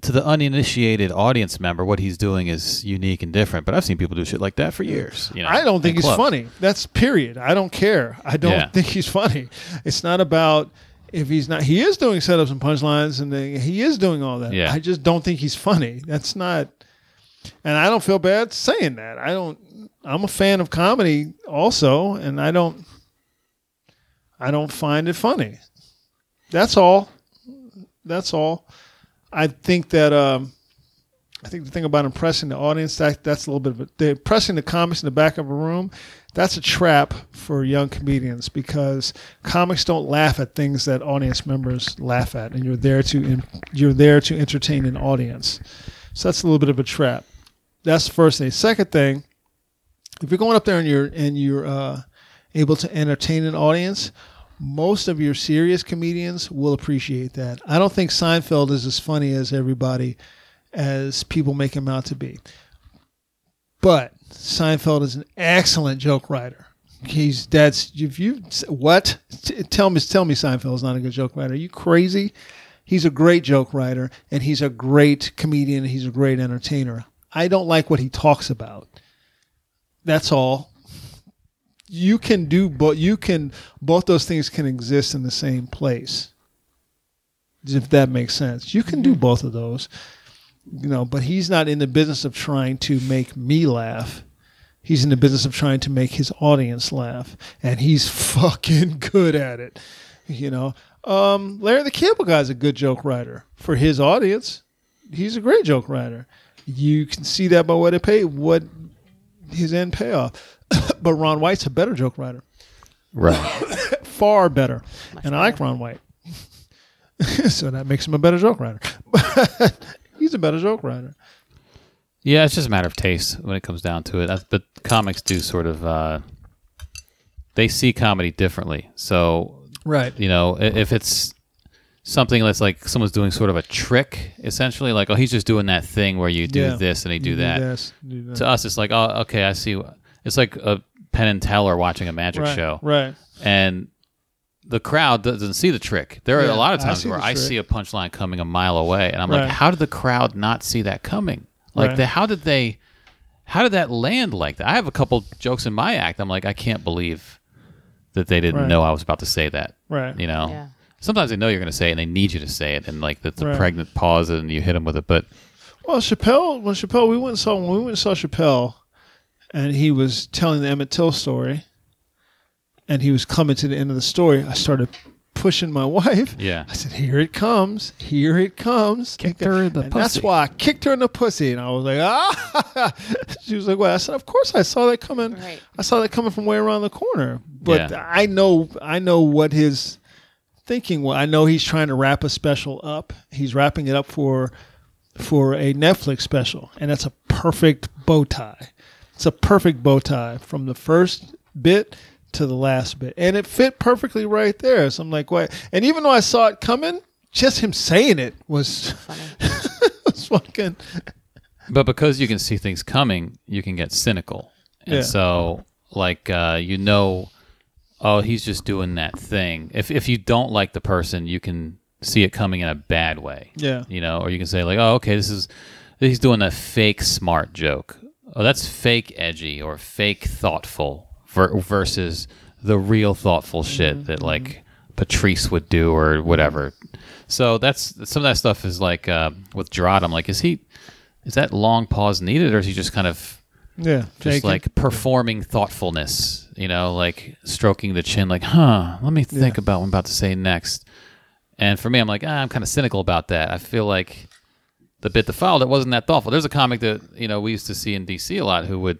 C: to the uninitiated audience member, what he's doing is unique and different. But I've seen people do shit like that for years. You know,
B: I don't think
C: in
B: he's
C: clubs.
B: funny. That's period. I don't care. I don't
C: Yeah.
B: think he's funny. It's not about if he's not. He is doing setups and punchlines, and they- he is doing all that.
C: Yeah.
B: I just don't think he's funny. That's not. And I don't feel bad saying that. I don't. I'm a fan of comedy also, and I don't. I don't find it funny. That's all. That's all. I think that um, I think the thing about impressing the audience that that's a little bit of a, the impressing the comics in the back of a room. That's a trap for young comedians because comics don't laugh at things that audience members laugh at, and you're there to in, you're there to entertain an audience. So that's a little bit of a trap. That's the first thing. Second thing, if you're going up there and you're and you're uh, able to entertain an audience, most of your serious comedians will appreciate that. I don't think Seinfeld is as funny as everybody as people make him out to be. But Seinfeld is an excellent joke writer. He's that's if you what T- tell me tell me Seinfeld's not a good joke writer. Are you crazy? He's a great joke writer and he's a great comedian. He's a great entertainer. I don't like what he talks about. That's all. You can do both. You can both those things can exist in the same place. If that makes sense, you can do both of those you know, but he's not in the business of trying to make me laugh. He's in the business of trying to make his audience laugh, and he's fucking good at it. You know, um, Larry the Cable Guy's a good joke writer for his audience. He's a great joke writer. You can see that by what it paid, what his end payoff. but Ron White's a better joke writer,
C: Right.
B: far better, and I like Ron White, so that makes him a better joke writer. he's a better joke writer.
C: Yeah, it's just a matter of taste when it comes down to it. That's, but comics do sort of uh, they see comedy differently. So
B: Right.
C: you know, i- if it's something that's like someone's doing sort of a trick, essentially, like oh, he's just doing that thing where you do
B: Yeah.
C: this and he do
B: You
C: that.
B: this, do that.
C: To us, it's like oh, okay, I see. It's like a Penn and Teller watching a magic
B: right,
C: show,
B: Right.
C: and the crowd doesn't see the trick. There are
B: Yeah,
C: a lot of
B: I
C: times
B: see
C: where
B: the
C: I
B: trick.
C: see a punchline coming a mile away, and I'm
B: Right.
C: like, how did the crowd not see that coming? Like,
B: Right.
C: the, how did they? How did that land like that? I have a couple jokes in my act. I'm like, I can't believe that they didn't
B: Right.
C: know I was about to say that.
B: Right.
C: You know.
D: Yeah.
C: Sometimes they know you're going to say it, and they need you to say it, and like the, the
B: Right.
C: pregnant pause, and you hit them with it. But
B: Well, Chappelle, when Chappelle, we went and saw when we went and saw Chappelle, and he was telling the Emmett Till story, and he was coming to the end of the story. I started pushing my wife.
C: Yeah.
B: I said, "Here it comes! Here it comes!"
C: Kicked her in the
B: and That's
C: pussy.
B: why I kicked her in the pussy, and I was like, "Ah!" she was like, "Well," I said, "Of course, I saw that coming.
D: Right.
B: I saw that coming from way around the corner." But
C: Yeah.
B: I know, I know what his thinking was. I know he's trying to wrap a special up. He's wrapping it up for for a Netflix special, and that's a perfect bow tie. It's a perfect bow tie from the first bit to the last bit, and it fit perfectly right there. So I'm like, wait. And even though I saw it coming, just him saying it was, was fucking
C: but because you can see things coming, you can get cynical. And
B: Yeah.
C: so, like, uh, you know, oh, he's just doing that thing. If, if you don't like the person, you can see it coming in a bad way.
B: Yeah.
C: You know, or you can say, like, oh, okay, this is, he's doing a fake smart joke. Oh, that's fake edgy or fake thoughtful ver- versus the real thoughtful shit that, like, Patrice would do or whatever. So that's some of that stuff is like uh, with Gerard. I'm like, is he is that long pause needed or is he just kind of
B: yeah,
C: just
B: taken.
C: like performing thoughtfulness you know like stroking the chin like huh let me think about what i'm about to say next and for me i'm like ah, i'm kind of cynical about that i feel like the bit that followed it wasn't that thoughtful there's a comic that you know we used to see in dc a lot who would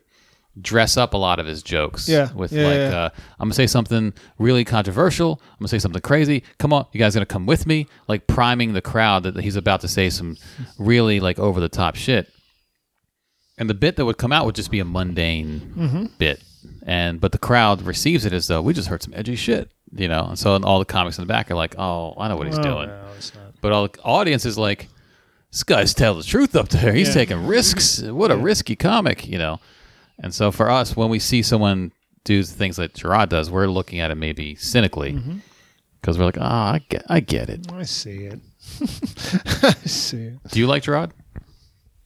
C: dress up a lot of his jokes
B: Yeah.
C: with
B: Yeah,
C: like
B: yeah.
C: Uh, i'm gonna say something really controversial i'm gonna say something crazy come on you guys gonna come with me like priming the crowd that he's about to say some really like over the top shit and the bit that would come out would just be a mundane
B: Mm-hmm.
C: bit and but the crowd receives it as though we just heard some edgy shit you know and so all the comics in the back are like oh i know what he's doing but all the audience is like this guy's telling the truth up there he's
B: Yeah.
C: taking risks what a risky comic you know and so for us when we see someone do things like gerard does we're looking at it maybe cynically
B: Mm-hmm.
C: because we're like oh I get, I get it
B: I see it. I see it.
C: do you like gerard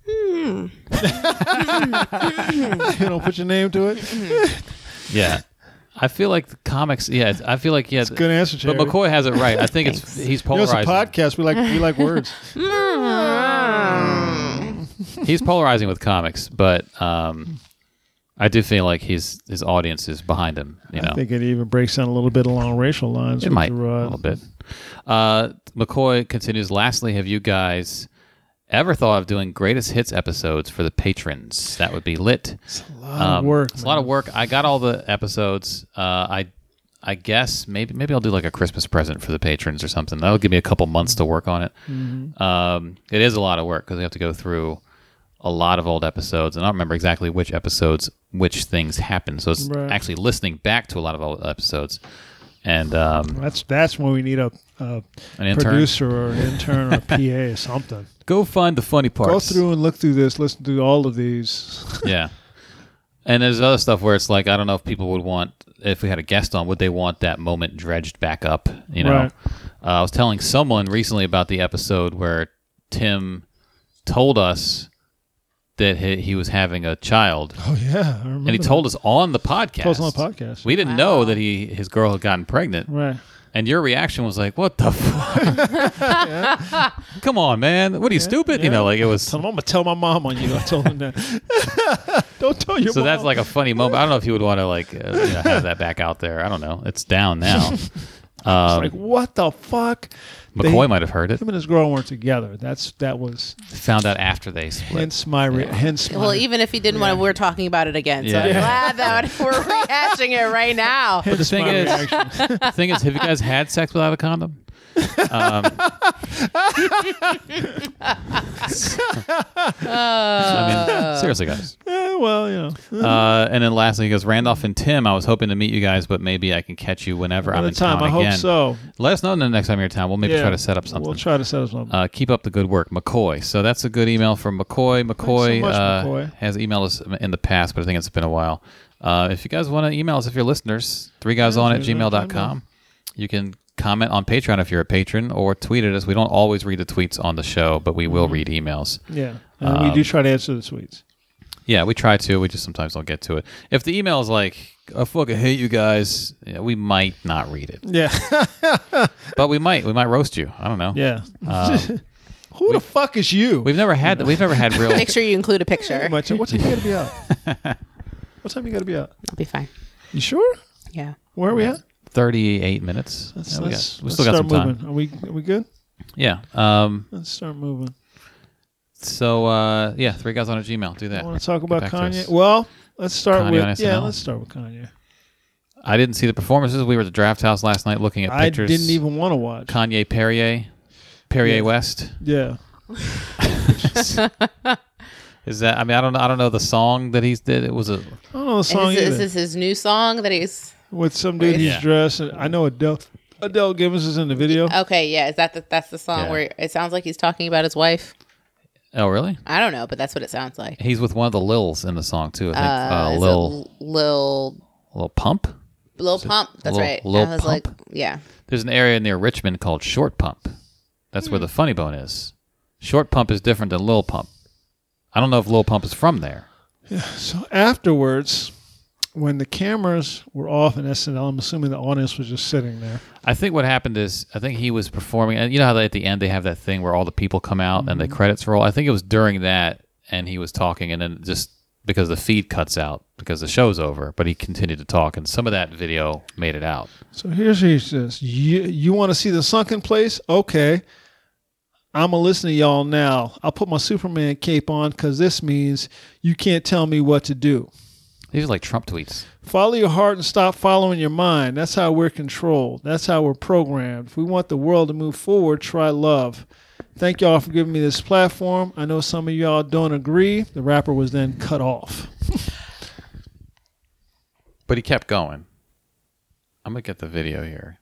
B: You don't put your name to it.
C: yeah I feel like the comics. Yeah, I feel like yeah.
B: Good answer, Jerry.
C: But McCoy has it right. I think it's he's
B: You know, it's
C: polarizing.
B: a podcast. We like we like words.
C: he's polarizing with comics, but um, I do feel like his his audience is behind him. You know,
B: I think it even breaks down a little bit along racial lines.
C: it
B: with
C: might
B: Gerard.
C: a little bit. Uh, McCoy continues. Lastly, have you guys ever thought of doing greatest hits episodes for the patrons? That would be lit.
B: A
C: Um,
B: lot of uh, work.
C: It's a lot of work. I got all the episodes. Uh, I I guess maybe maybe I'll do like a Christmas present for the patrons or
B: Mm-hmm.
C: something. That'll give me a couple months to work on it. Um, it is a lot of work because we have to go through a lot of old episodes, and I don't remember exactly which episodes which things happened. So it's
B: Right.
C: actually listening back to a lot of old episodes, and um,
B: That's that's when we need a, a
C: An intern?
B: producer or an intern or a PA or something.
C: go find the funny
B: Go
C: parts.
B: through and look through this. Listen to all of these.
C: yeah. And there's other stuff where it's like I don't know if people would want if we had a guest on, would they want that moment dredged back up? You know,
B: Right.
C: uh, I was telling someone recently about the episode where Tim told us that he, he was having a child,
B: Oh yeah, I remember.
C: and he told us on the podcast.
B: Told us on the podcast.
C: We didn't know that he his girl had gotten pregnant,
B: right.
C: and your reaction was like, "What the fuck? Come on, man! What are you stupid? You know, like it was
B: Tell him I'm gonna tell my mom on you. I told him that. Don't tell your
C: so
B: mom.
C: that's like a funny moment. I don't know if you would want to like uh, you know, have that back out there. I don't know. It's down now. Um,
B: like what the fuck? They-
C: McCoy might have heard it.
B: Him and his girl weren't together. That's that was
C: Found out after they split.
B: hence my re- hence.
D: Well,
B: my-
D: even if he didn't want to, we're talking about it again. So I'm
C: Yeah.
D: glad that we're rehashing it right now.
C: But the thing
B: my
C: is,
B: reaction.
C: the thing is, have you guys had sex without a condom? Um, so- I mean, seriously, guys.
B: Eh, well, you know,
C: Uh, and then lastly, he goes, Randolph and Tim. I was hoping to meet you guys, but maybe I can catch you whenever I'm
B: another
C: in
B: time.
C: town
B: I hope
C: again.
B: so.
C: Let us know the next time you're in town. We'll maybe
B: Yeah.
C: try to set up something.
B: We'll try to set up something.
C: Uh, keep up the good work, McCoy. So that's a good email from McCoy. McCoy,
B: much,
C: uh,
B: McCoy.
C: has emailed us in the past, but I think it's been a while. Uh, if you guys want to email us, if you're listeners, three guys on at gmail.com. You can comment on Patreon if you're a patron or tweet at us. We don't always read the tweets on the show, but we
B: Mm-hmm.
C: will read emails.
B: yeah,
C: um,
B: and we do try to answer the tweets.
C: Yeah, we try to. We just sometimes don't get to it. If the email is like, I fucking hate you guys, yeah, we might not read it.
B: Yeah,
C: But we might. We might roast you. I don't know.
B: yeah.
C: Um,
B: Who the fuck is you?
C: We've never had We've never had real.
D: Make sure you include a picture.
B: My turn. What time you gotta be out? what time you gotta be out?
D: It'll be fine.
B: You sure?
D: Yeah.
B: Where are we at?
C: 38 minutes.
B: Let's,
C: Yeah, we,
B: let's-
C: got, we
B: let's
C: still got some
B: start
C: time.
B: moving. Are we are we good?
C: Yeah. Um,
B: Let's start moving.
C: so, uh, yeah, three guys on a Gmail. Do that.
B: I want to talk
C: Get
B: about
C: back to
B: Kanye.
C: us.
B: Well, let's start
C: Kanye on
B: with yeah.
C: SNL.
B: Let's start with Kanye.
C: I didn't see the performances. We were at the draft house last night looking at
B: I
C: pictures.
B: didn't even want to watch.
C: Kanye Perrier, Perrier
B: Yeah.
C: West.
B: yeah,
C: Is that? I mean, I don't. know. I don't know the song that he's did. It was a.
B: I don't know the song
D: is, this-
B: either.
D: is this his new song that he's
B: with some dude who's
C: Yeah.
B: dressed. And I know Adele. Adele Gibbons is in the video.
D: okay? Yeah, is that the, that's the song
C: Yeah.
D: where it sounds like he's talking about his wife?
C: Oh, really?
D: I don't know, but that's what it sounds like.
C: He's with one of the Lils in the song too. I think uh,
D: is it
C: Lil
D: Lil
C: Lil Pump.
D: Lil Pump. That's
C: Lil-
D: right.
C: Lil
D: I was like,
C: Pump?
D: yeah.
C: There's an area near Richmond called Short Pump. That's
B: Hmm.
C: where the funny bone is. Short Pump is different than Lil Pump. I don't know if Lil Pump is from there.
B: So afterwards, when the cameras were off in SNL, I'm assuming the audience was just sitting there.
C: I think what happened is I think he was performing, and you know how they, at the end they have that thing where all the people come out and the credits roll. I think it was during that, and he was talking, and then just because the feed cuts out because the show's over, but he continued to talk, and some of that video made it out.
B: So here's what he says. You, you want to see the sunken place? Okay. I'm going to listen to y'all now. I'll put my Superman cape on because this means you can't tell me what to do.
C: These are like Trump tweets.
B: Follow your heart and stop following your mind. That's how we're controlled. That's how we're programmed. If we want the world to move forward, try love. Thank y'all for giving me this platform. I know some of y'all don't agree. The rapper was then cut off.
C: But he kept going. I'm gonna get the video here.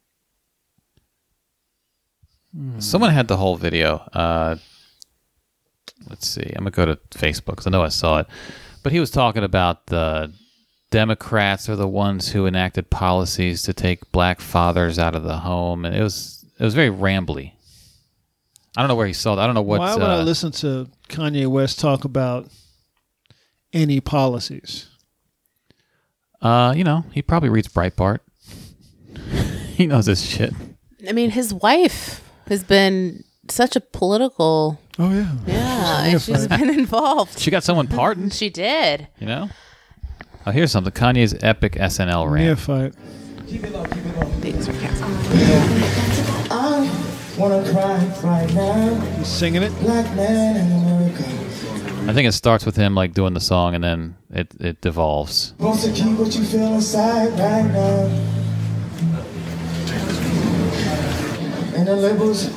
B: Hmm.
C: Someone had the whole video. Uh, let's see. I'm gonna go to Facebook 'cause I know I saw it. But he was talking about the Democrats are the ones who enacted policies to take black fathers out of the home, and it was it was very rambly. I don't know where he saw that. I don't know what.
B: Why would
C: uh,
B: I listen to Kanye West talk about any policies?
C: Uh, you know, he probably reads Breitbart. he knows his shit.
D: I mean, his wife has been such a political.
B: Oh, yeah.
D: Yeah, and she's been involved.
C: She got someone pardoned.
D: She did.
C: You know? Oh, here's something. Kanye's epic SNL rant.
B: fight.
D: Things are canceled.
H: I wanna cry right now,
B: He's singing it.
H: black man in America.
C: I think it starts with him like doing the song and then it, it devolves.
H: Won't you keep what you feel inside right now? And the labels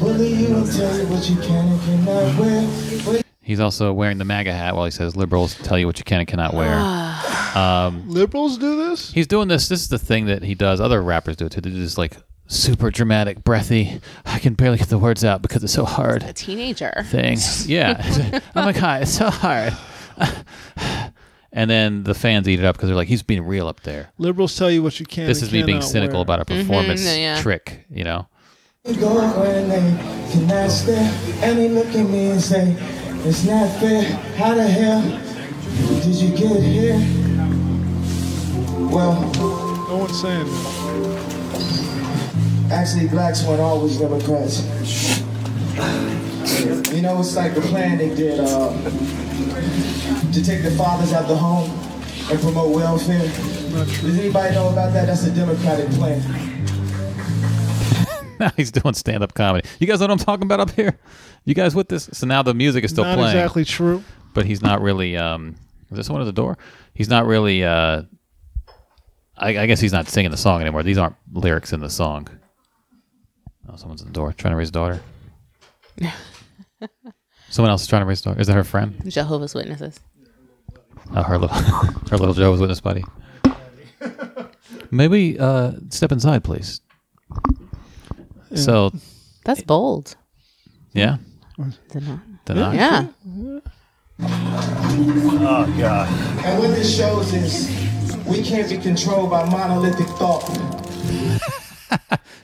H: bully you and tell you what you can and cannot wear. But
C: He's also wearing the MAGA hat while he says liberals tell you what you can and cannot wear.
B: Liberals do this?
C: He's doing this. This is the thing that he does. Other rappers do it too. They do this like super dramatic, breathy. I can barely get the words out because it's so hard.
D: a teenager.
C: thing. Yeah. oh my god, it's so hard. and then the fans eat it up because they're like, he's being real up there.
B: Liberals tell you what you can.
C: This
B: and
C: is me being
B: cannot
C: cynical
B: wear.
C: about a performance
D: Mm-hmm. yeah.
C: trick, you know.
H: Go when they cannot stare, and they look at me and say, It's not fair. How the hell did you get here? Well,
B: No one's saying that.
H: actually, blacks weren't always Democrats. You know, it's like the plan they did uh, to take the fathers out the home and promote welfare. Does anybody know about that? That's a Democratic plan.
C: Now he's doing stand up comedy. You guys know what I'm talking about up here? You guys with this? So now the music is still
B: Not
C: playing.
B: exactly true.
C: But he's not really um is this one at the door? He's not really uh I, I guess he's not singing the song anymore. These aren't lyrics in the song. Oh, someone's at the door trying to raise a daughter. Someone else is trying to raise a daughter. Is that her friend?
D: Jehovah's Witnesses.
C: Uh, her little, her little Joe was witness buddy. Maybe uh, step inside, please. So,
D: That's bold.
C: yeah,
D: Is it not?
C: the knock.
D: Yeah.
H: And what this shows is we can't be controlled by monolithic thought.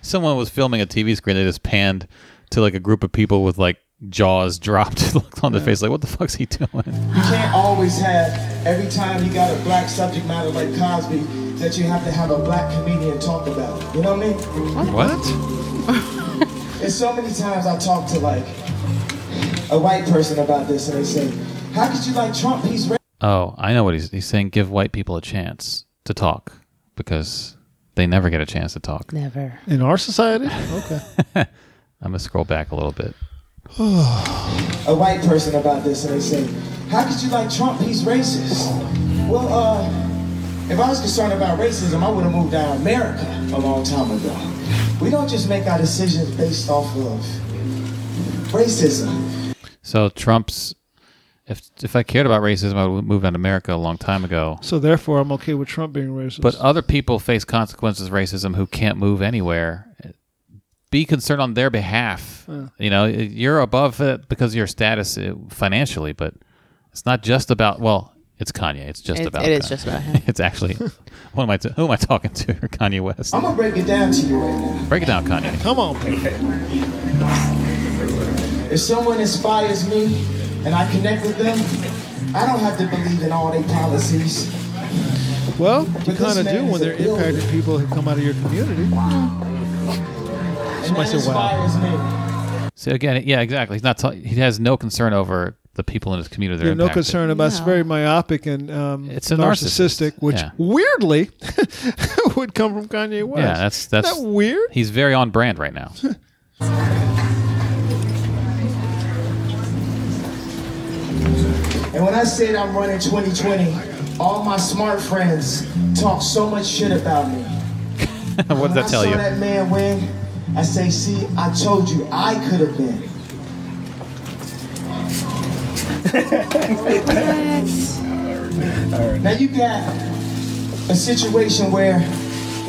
C: Someone was filming a TV screen. They just panned to like a group of people with like jaws dropped, looked on their face like, "What the fuck's he doing?"
H: You can't always have, every time you got a black subject matter like Cosby, that you have to have a black comedian talk about. it. You know what I mean?
C: What?
H: And so many times I talk to like a white person about this and they say, How could you like Trump? He's racist.
C: Oh, I know what he's he's saying. Give white people a chance to talk because they never get a chance to talk.
D: Never.
B: In our society? Okay.
C: I'm gonna scroll back a little bit.
H: a white person about this and they say, How could you like Trump? He's racist. Well, uh, if I was concerned about racism, I would have moved down to America a long time ago. We don't just make our decisions based off of racism.
C: So Trump's. If, if I cared about racism, I would have moved on to America a long time ago.
B: So therefore, I'm okay with Trump being racist.
C: But other people face consequences of racism who can't move anywhere. Be concerned on their behalf. You know, you're above it because of your status uh, financially, but it's not just about. Well, it's Kanye. It's just
D: It-
C: about.
D: it is
C: Kanye.
D: just about him.
C: it's actually. What am I? T- who am I talking to? Kanye West.
H: I'm gonna break it down to you right now.
C: Break it down, Kanye.
B: Come on, people.
H: If someone inspires me and I connect with them, I don't have to believe in all their policies.
B: Well, you
H: this
B: kind of
H: man
B: do
H: is
B: when
H: a
B: they're
H: builder.
B: impacted people who come out of your community.
H: And
B: Somebody
H: that
B: said, wow.
H: inspires me.
C: So again, yeah, exactly. He's not. Ta- he has no concern over the people in his community. That
B: You
C: are
B: have no
C: impacted.
B: concern about it's
D: No.
B: very myopic and um,
C: It's a
B: narcissistic,
C: narcissist.
B: which
C: Yeah.
B: weirdly would come from Kanye West.
C: Yeah, that's that's
B: Isn't that weird.
C: He's very on brand right now.
H: And when I said I'm running 2020, all my smart friends talk so much shit about me.
C: what does
H: when
C: that tell
H: I saw
C: you?
H: that man win, I say, see, I told you I could have been. Now you got a situation where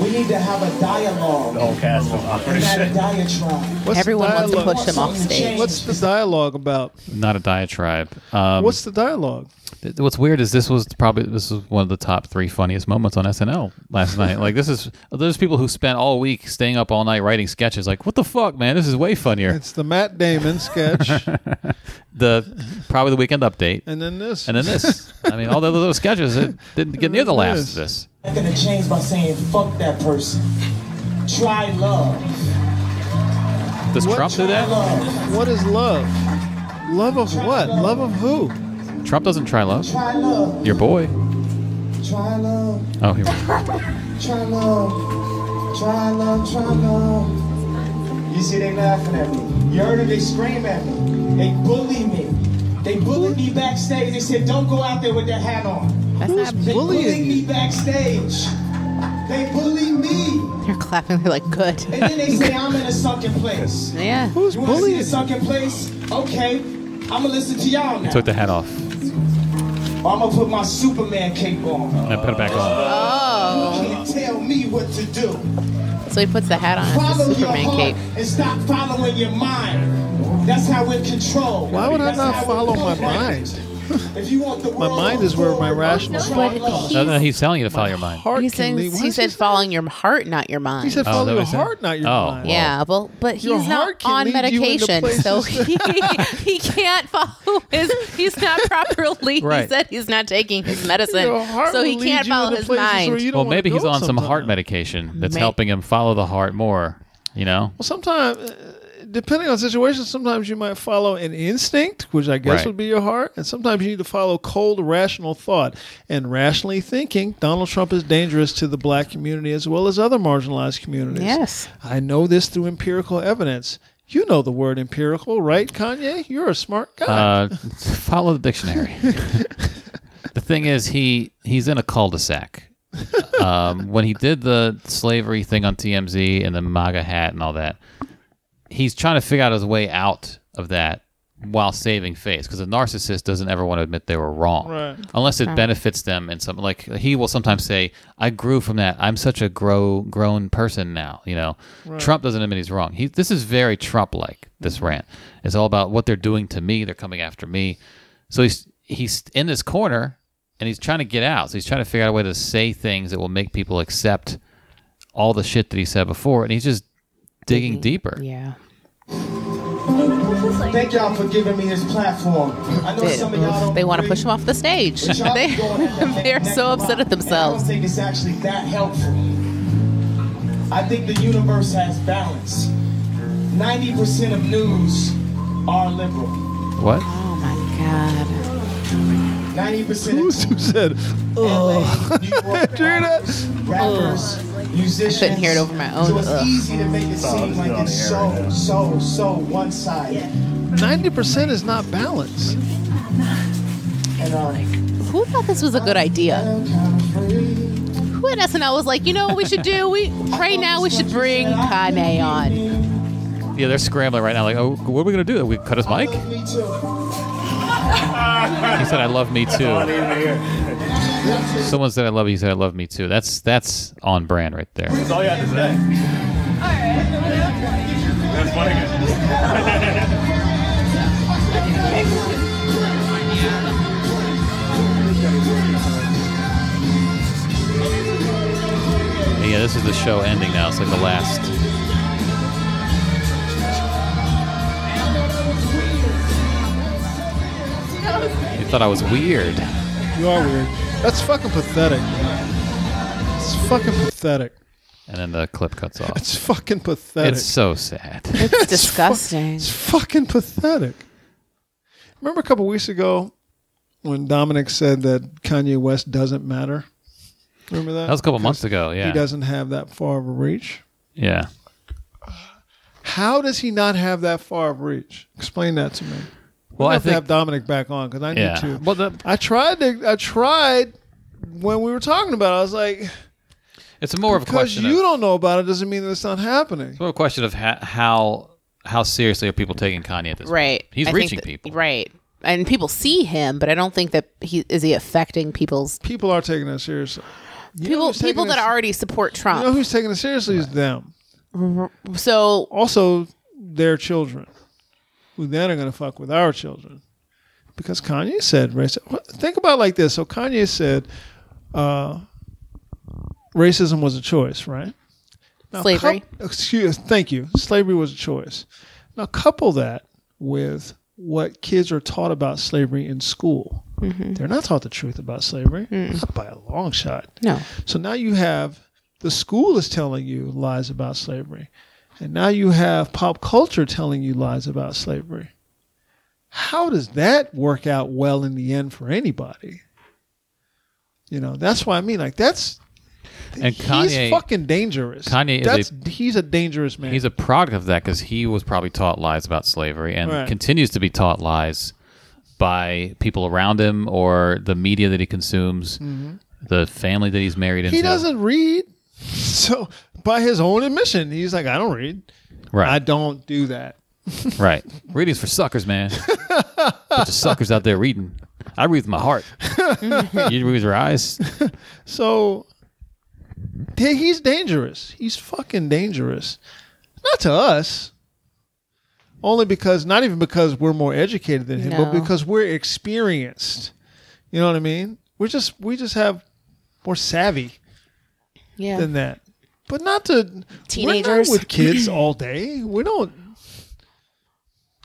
H: we need to have a dialogue. and not a diatribe.
B: What's the
D: Everyone wants to
B: dialogue-
D: push him off stage.
B: What's the dialogue about?
C: Not a diatribe. Um,
B: What's the dialogue?
C: Th- What's weird is this was probably this was one of the top three funniest moments on SNL last night. Like this is there's people who spent all week staying up all night writing sketches. Like what the fuck, man? This is way funnier.
B: It's the Matt Damon sketch,
C: The probably the weekend update,
B: and then this.
C: and then this. I mean, all the little sketches it didn't get near the last of this.
H: I'm gonna change by saying, fuck that person. Try love.
C: Does
B: What?
C: Trump do that?
H: Love.
B: what is love? Love of what? Love of who?
C: Trump doesn't try love.
H: Try love.
C: Your boy.
H: Try love.
C: Oh, here. we go.
H: Try love, try love, try love. You see, they laughing at me. You heard it, they scream at me. They bully me. They bullied me backstage. They said, don't go out there with that hat on.
D: That's
B: Who's
D: not.
H: They bullied
B: bullying you?
H: me backstage. They bullied me.
D: They're clapping. They're like, good.
H: And then they say, I'm in a sunken place.
D: Yeah.
B: Who's
H: You want to see
B: bullying?
H: a
B: you?
H: sunken place? Okay. I'ma listen to y'all now.
C: Took the hat off
H: Or I'ma put my Superman cape on.
C: and I put it back on.
H: You can't tell me what to do.
D: So he puts the hat on. It's
H: Follow
D: a
H: your
D: Superman
H: heart
D: cape.
H: and stop following your mind. That's how we're controlled.
B: Why would I
H: That's
B: not
H: how it
B: follow my
H: programmed. If you want the
B: My
H: world
B: mind is where my
H: forward,
B: rational
H: try
D: But
H: love.
D: he-
C: No, no, he's telling you to follow your mind.
B: Heart
D: He
B: can
D: says
B: lead- Why
D: he
B: does
D: said following your heart, not your
B: He
D: mind.
B: said
C: Oh,
B: follow
C: that
B: your
C: was him?
B: heart, not your
C: Oh,
B: mind.
C: well.
D: yeah, but but
B: Your
D: he's not
B: heart can
D: on
B: lead you into
D: medication, so
B: places
D: he he can't follow his. He's not properly. He
C: Right.
D: said he's not taking his medicine,
B: Your heart
D: so he
B: will lead
D: can't
B: you
D: follow
B: into
D: his
B: places where
D: mind.
B: you don't
C: Well,
B: wanna
C: maybe he's
B: go
C: on some heart
B: sometimes.
C: medication that's
D: May-
C: helping him follow the heart more. You know,
B: Well, sometimes, uh, depending on situation, sometimes you might follow an instinct, which I guess
C: Right.
B: would be your heart, and sometimes you need to follow cold, rational thought. And rationally thinking, Donald Trump is dangerous to the black community as well as other marginalized communities.
D: Yes.
B: I know this through empirical evidence. You know the word empirical, right, Kanye? You're a smart guy.
C: uh, follow the dictionary. the thing is, he he's in a cul-de-sac. um, when he did the slavery thing on TMZ and the MAGA hat and all that, he's trying to figure out his way out of that while saving face because a narcissist doesn't ever want to admit they were wrong
B: Right.
C: unless it benefits them in some like he will sometimes say i grew from that i'm such a grow grown person now you know trump doesn't admit he's wrong he, this is very trump like this rant it's all about what they're doing to me they're coming after me so he's he's in this corner and he's trying to get out so he's trying to figure out a way to say things that will make people accept all the shit that he said before and he's just digging deeper
D: Yeah.
H: Thank y'all for giving me this platform. I know
D: They,
H: some of y'all don't
D: they want to
H: agree,
D: push him off the stage.
H: but y'all
D: They,
H: be going at the neck-
D: they're
H: neck
D: so
H: a lot,
D: upset at
H: and I don't
D: themselves.
H: think it's actually that helpful. I think the universe has balance. 90% of news are liberal.
C: what
D: Oh my god.
H: 90%
B: Who
H: of
B: said,
H: LA, New York
B: Dude, that-
H: artists, rappers, musicians.
D: Couldn't hear it over my own,
H: So it's
D: ugh.
H: easy to make it seem like it's so, so, so one sided.
B: 90% is not balance?
H: And uh,
D: Who thought this was a good idea?
H: I'm kinda free.
D: Who at SNL was like, you know what we should do? We right now we should bring Kanye on.
C: yeah they're scrambling right now like oh what are we gonna do we cut his mic
H: Love me too.
C: he said i love me too Someone said I love you. Said I love me too. That's that's on brand right there.
I: all you have to say. That's funny.
C: And yeah, this is the show ending now. It's like the last. You thought I was weird.
B: You are weird. That's fucking pathetic. It's fucking pathetic.
C: And then the clip cuts off.
B: It's fucking pathetic.
C: It's so sad.
D: It's disgusting.
B: It's fucking pathetic. Remember a couple weeks ago when Dominic said that Kanye West doesn't matter? Remember that?
C: That was a couple months ago.
B: He
C: Yeah.
B: doesn't have that far of a reach.
C: Yeah.
B: How does he not have that far of reach? Explain that to me.
C: Well,
B: I
C: I
B: have to have
C: think.
B: Dominic back on because I need
C: Yeah.
B: to.
C: Well, the,
B: I tried to. I tried when we were talking about. it. I was like,
C: it's more of a
B: because
C: question. of-
B: you don't know about it doesn't mean that it's not happening.
C: It's more a question of ha- how how seriously are people taking Kanye at this
D: Right.
C: point? He's
D: I think
C: reaching
D: that-
C: people.
D: Right. And people see him, but I don't think that he is he affecting people's
B: People are taking that seriously. You know
D: people
B: who's taking
D: people
B: it
D: that
B: se-
D: already support
B: You know
D: Trump.
B: who's taking it seriously is them.
D: So
B: Also, their children, who then are going to fuck with our children, because Kanye said racism. Think about it like this. So Kanye said, uh, racism was a choice, right? Now,
D: Slavery.
B: coup- excuse. Thank you. Slavery was a choice. Now couple that with what kids are taught about slavery in school. They're not taught the truth about slavery, not by a long shot.
D: no.
B: So now you have the school is telling you lies about slavery. And now you have pop culture telling you lies about slavery. How does that work out well in the end for anybody? You know, that's what I mean. Like that's
C: And Kanye,
B: he's fucking dangerous.
C: Kanye is
B: that's he's a dangerous man.
C: he's a product of that because he was probably taught lies about slavery and
B: Right.
C: continues to be taught lies by people around him or the media that he consumes, the family that he's married into.
B: Mm-hmm. he doesn't read. So by his own admission, he's like, I don't read.
C: Right.
B: I don't do that.
C: Right. Reading's for suckers, man. Bunch of suckers out there reading. I read with my heart. you read with your eyes.
B: So yeah, he's dangerous. He's fucking dangerous. Not to us. Only because not even because we're more educated than him, but
D: No.
B: because we're experienced. You know what I mean? We're just we just have more savvy
D: Yeah.
B: than that. But not to we're not
D: Teenagers.
B: with kids all day. We don't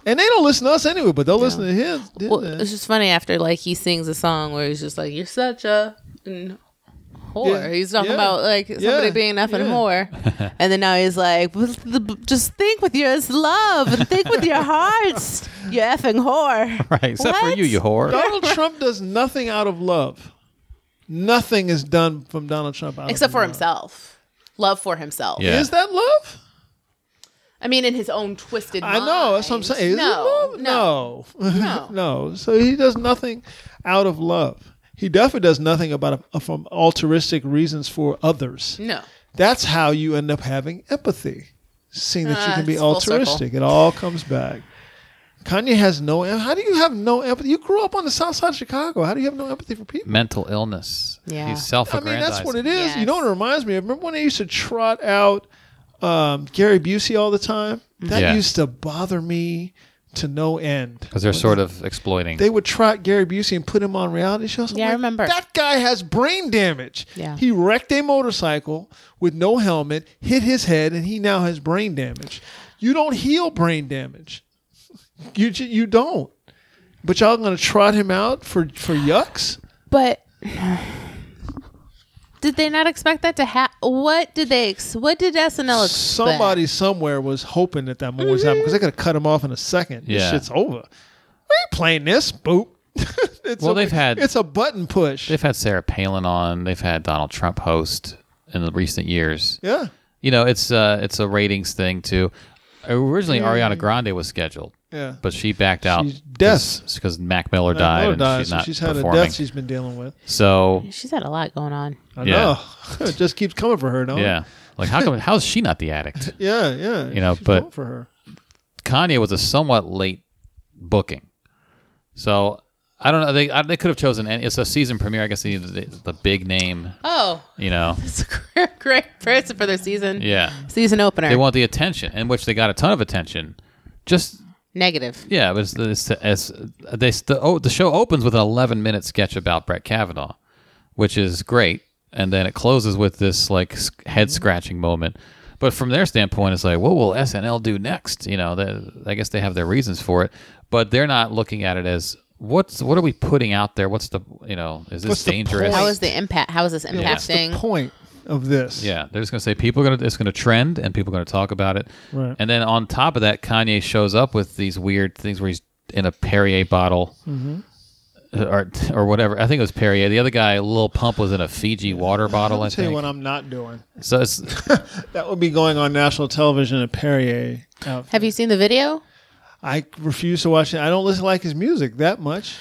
B: and they don't listen to us anyway, but they'll listen to him.
J: Well,
B: didn't they?
J: it's just funny after like he sings a song where he's just like, "You're such a n- whore."
B: Yeah.
J: He's talking
B: Yeah.
J: about like somebody
B: Yeah.
J: being nothing
B: Yeah.
J: whore, and then now he's like, "Well, the- b- "Just think with your love and think with your hearts, you effing whore."
C: Right. Except for
J: What?
C: you, you whore.
B: Donald Trump does nothing out of love. Nothing is done from Donald Trump out
J: Except
B: of
J: for
B: love.
J: himself, love for himself.
C: Yeah.
B: Is that love?
J: I mean, in his own twisted.
B: I know. That's what I'm
J: mind.
B: saying. Is
J: no,
B: it love?
J: no,
B: No. no. So he does nothing out of love. He definitely does nothing about uh, from altruistic reasons for others.
J: no.
B: That's how you end up having empathy, seeing that you
J: Ah,
B: can be
J: it's full
B: altruistic. It all comes back. Kanye has no. em- How do you have no empathy? You grew up on the South Side of Chicago. How do you have no empathy for people?
C: Mental illness.
J: Yeah.
C: He's self
B: I mean,
C: aggrandizing.
B: that's what it is. You
J: Yes.
B: know what it reminds me of? Remember when they used to trot out um, Gary Busey all the time?
J: Mm-hmm.
B: That
C: Yeah.
B: used to bother me to no end.
C: Because they're sort of exploiting.
B: They would trot Gary Busey and put him on reality shows. I'm
J: Yeah, I
B: like,
J: remember.
B: That guy has brain damage.
J: Yeah.
B: He wrecked a motorcycle with no helmet, hit his head, and he now has brain damage. You don't heal brain damage. You ju- you don't. But y'all gonna trot him out for for yucks?
J: But did they not expect that to happen? What did they? Ex- what did SNL expect?
B: somebody somewhere was hoping that that moment was happening because they could have cut him off in a second. This
C: Yeah.
B: shit's over. We ain't playing this. Boop. it's
C: Well,
B: a-
C: they've had-
B: it's a button push.
C: They've had Sarah Palin on. They've had Donald Trump host in the recent years.
B: Yeah,
C: You know, it's uh, it's a ratings thing too. Originally, Ariana Grande was scheduled,
B: yeah.
C: but she backed out.
B: She's deaf.
C: because Mac Miller
B: That
C: died,
B: mother
C: and
B: died,
C: she's
B: so
C: not
B: she's had a
C: performing.
B: death she's been dealing with.
C: so
J: She's had a lot going on.
B: I
C: Yeah.
B: know. it just keeps coming for her, don't
C: yeah, like how come how's she not the addict?
B: it? Yeah, yeah.
C: You know,
B: She's
C: but-
B: going for her.
C: Kanye was a somewhat late booking, so I don't know. They I, they could have chosen any. It's a season premiere. I guess they needed the, the big name.
J: Oh,
C: You know,
J: it's a great person for their season.
C: yeah.
J: Season opener.
C: They want the attention, in which they got a ton of attention. Just
J: Negative.
C: Yeah, but it's, it's, it's they the, oh, the show opens with an 11 minute sketch about Brett Kavanaugh, which is great, and then it closes with this like head scratching moment. But from their standpoint, it's like, what will SNL do next? You know, the, I guess they have their reasons for it, but they're not looking at it as what's what are we putting out there? What's the you know is this
B: What's the
C: dangerous?
J: How is the impact? How is this
B: What's the
J: impacting?
B: point of this?
C: Yeah, they're just gonna say people are gonna it's gonna trend and people are gonna talk about it.
B: Right.
C: And then on top of that, Kanye shows up with these weird things where he's in a Perrier bottle.
B: Mm-hmm.
C: Or, or whatever. I think it was Perrier. The other guy, Lil Pump, was in a Fiji water bottle. I
B: I'll tell you
C: think.
B: what I'm not doing.
C: so it's
B: That would be going on national television at Perrier. outfit.
J: Have you seen the video?
B: I refuse to watch it. I don't listen like his music that much.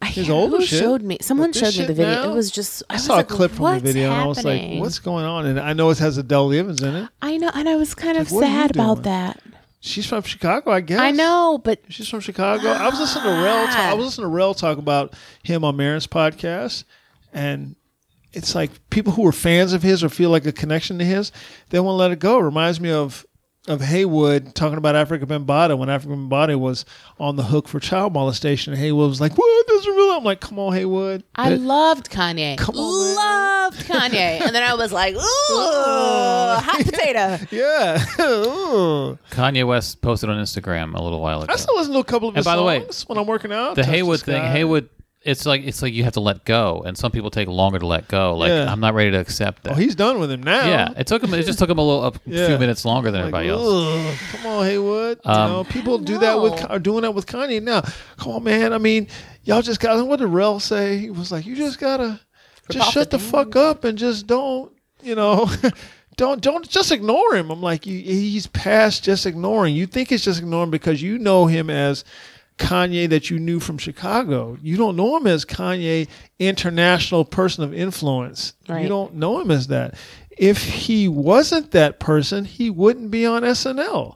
J: I
B: His
J: can't-
B: older
J: who
B: shit.
J: showed me. Someone
B: But
J: showed
B: this
J: me the
B: shit
J: video.
B: now?
J: It was just. I,
B: I
J: was
B: saw
J: like,
B: a clip from the
J: "What's
B: video and I was like,
J: happening?"
B: "What's going on?" And I know it has Adele Evans in it.
J: I know, and I was kind of
B: Like, what are you
J: sad
B: doing?
J: about that.
B: She's from Chicago, I guess.
J: I know, but
B: She's from Chicago. I was listening to Rel. Talk, I was listening to Rel talk about him on Marin's podcast, and it's like people who are fans of his or feel like a connection to his, they won't let it go. It reminds me of of Haywood talking about Africa Bambaataa when Africa Bambaataa was on the hook for child molestation. And Haywood was like, "What? This is real." I'm like, "Come on, Haywood."
J: I loved Kanye.
B: Come on, man.
J: loved Kanye, and then I was like, "Ooh, hot potato."
B: Yeah. Ooh.
C: Kanye West posted on Instagram a little while ago.
B: I still listen to a couple of
C: And
B: his
C: by the way,
B: songs when I'm working out.
C: the
B: Touch
C: Haywood
B: Sky.
C: thing. Haywood, it's like it's like you have to let go, and some people take longer to let go. Like
B: Yeah.
C: I'm not ready to accept that.
B: Oh, he's done with him now.
C: yeah, it took him. It just took him a little a
B: Yeah.
C: few minutes longer than
B: Like,
C: everybody else.
B: "Ugh, Come on, Haywood.
C: Um,
B: you know, people do that with
J: know.
B: are doing that with Kanye now. Come on, man. I mean, y'all just got. to What did Rel say? He was like, "You just gotta just shut the fuck up and just don't, you know." Don't don't just ignore him. I'm like you, he's past just ignoring. You think it's just ignoring because you know him as Kanye that you knew from Chicago. You don't know him as Kanye international person of influence. You
J: Right.
B: don't know him as that. If he wasn't that person, he wouldn't be on SNL.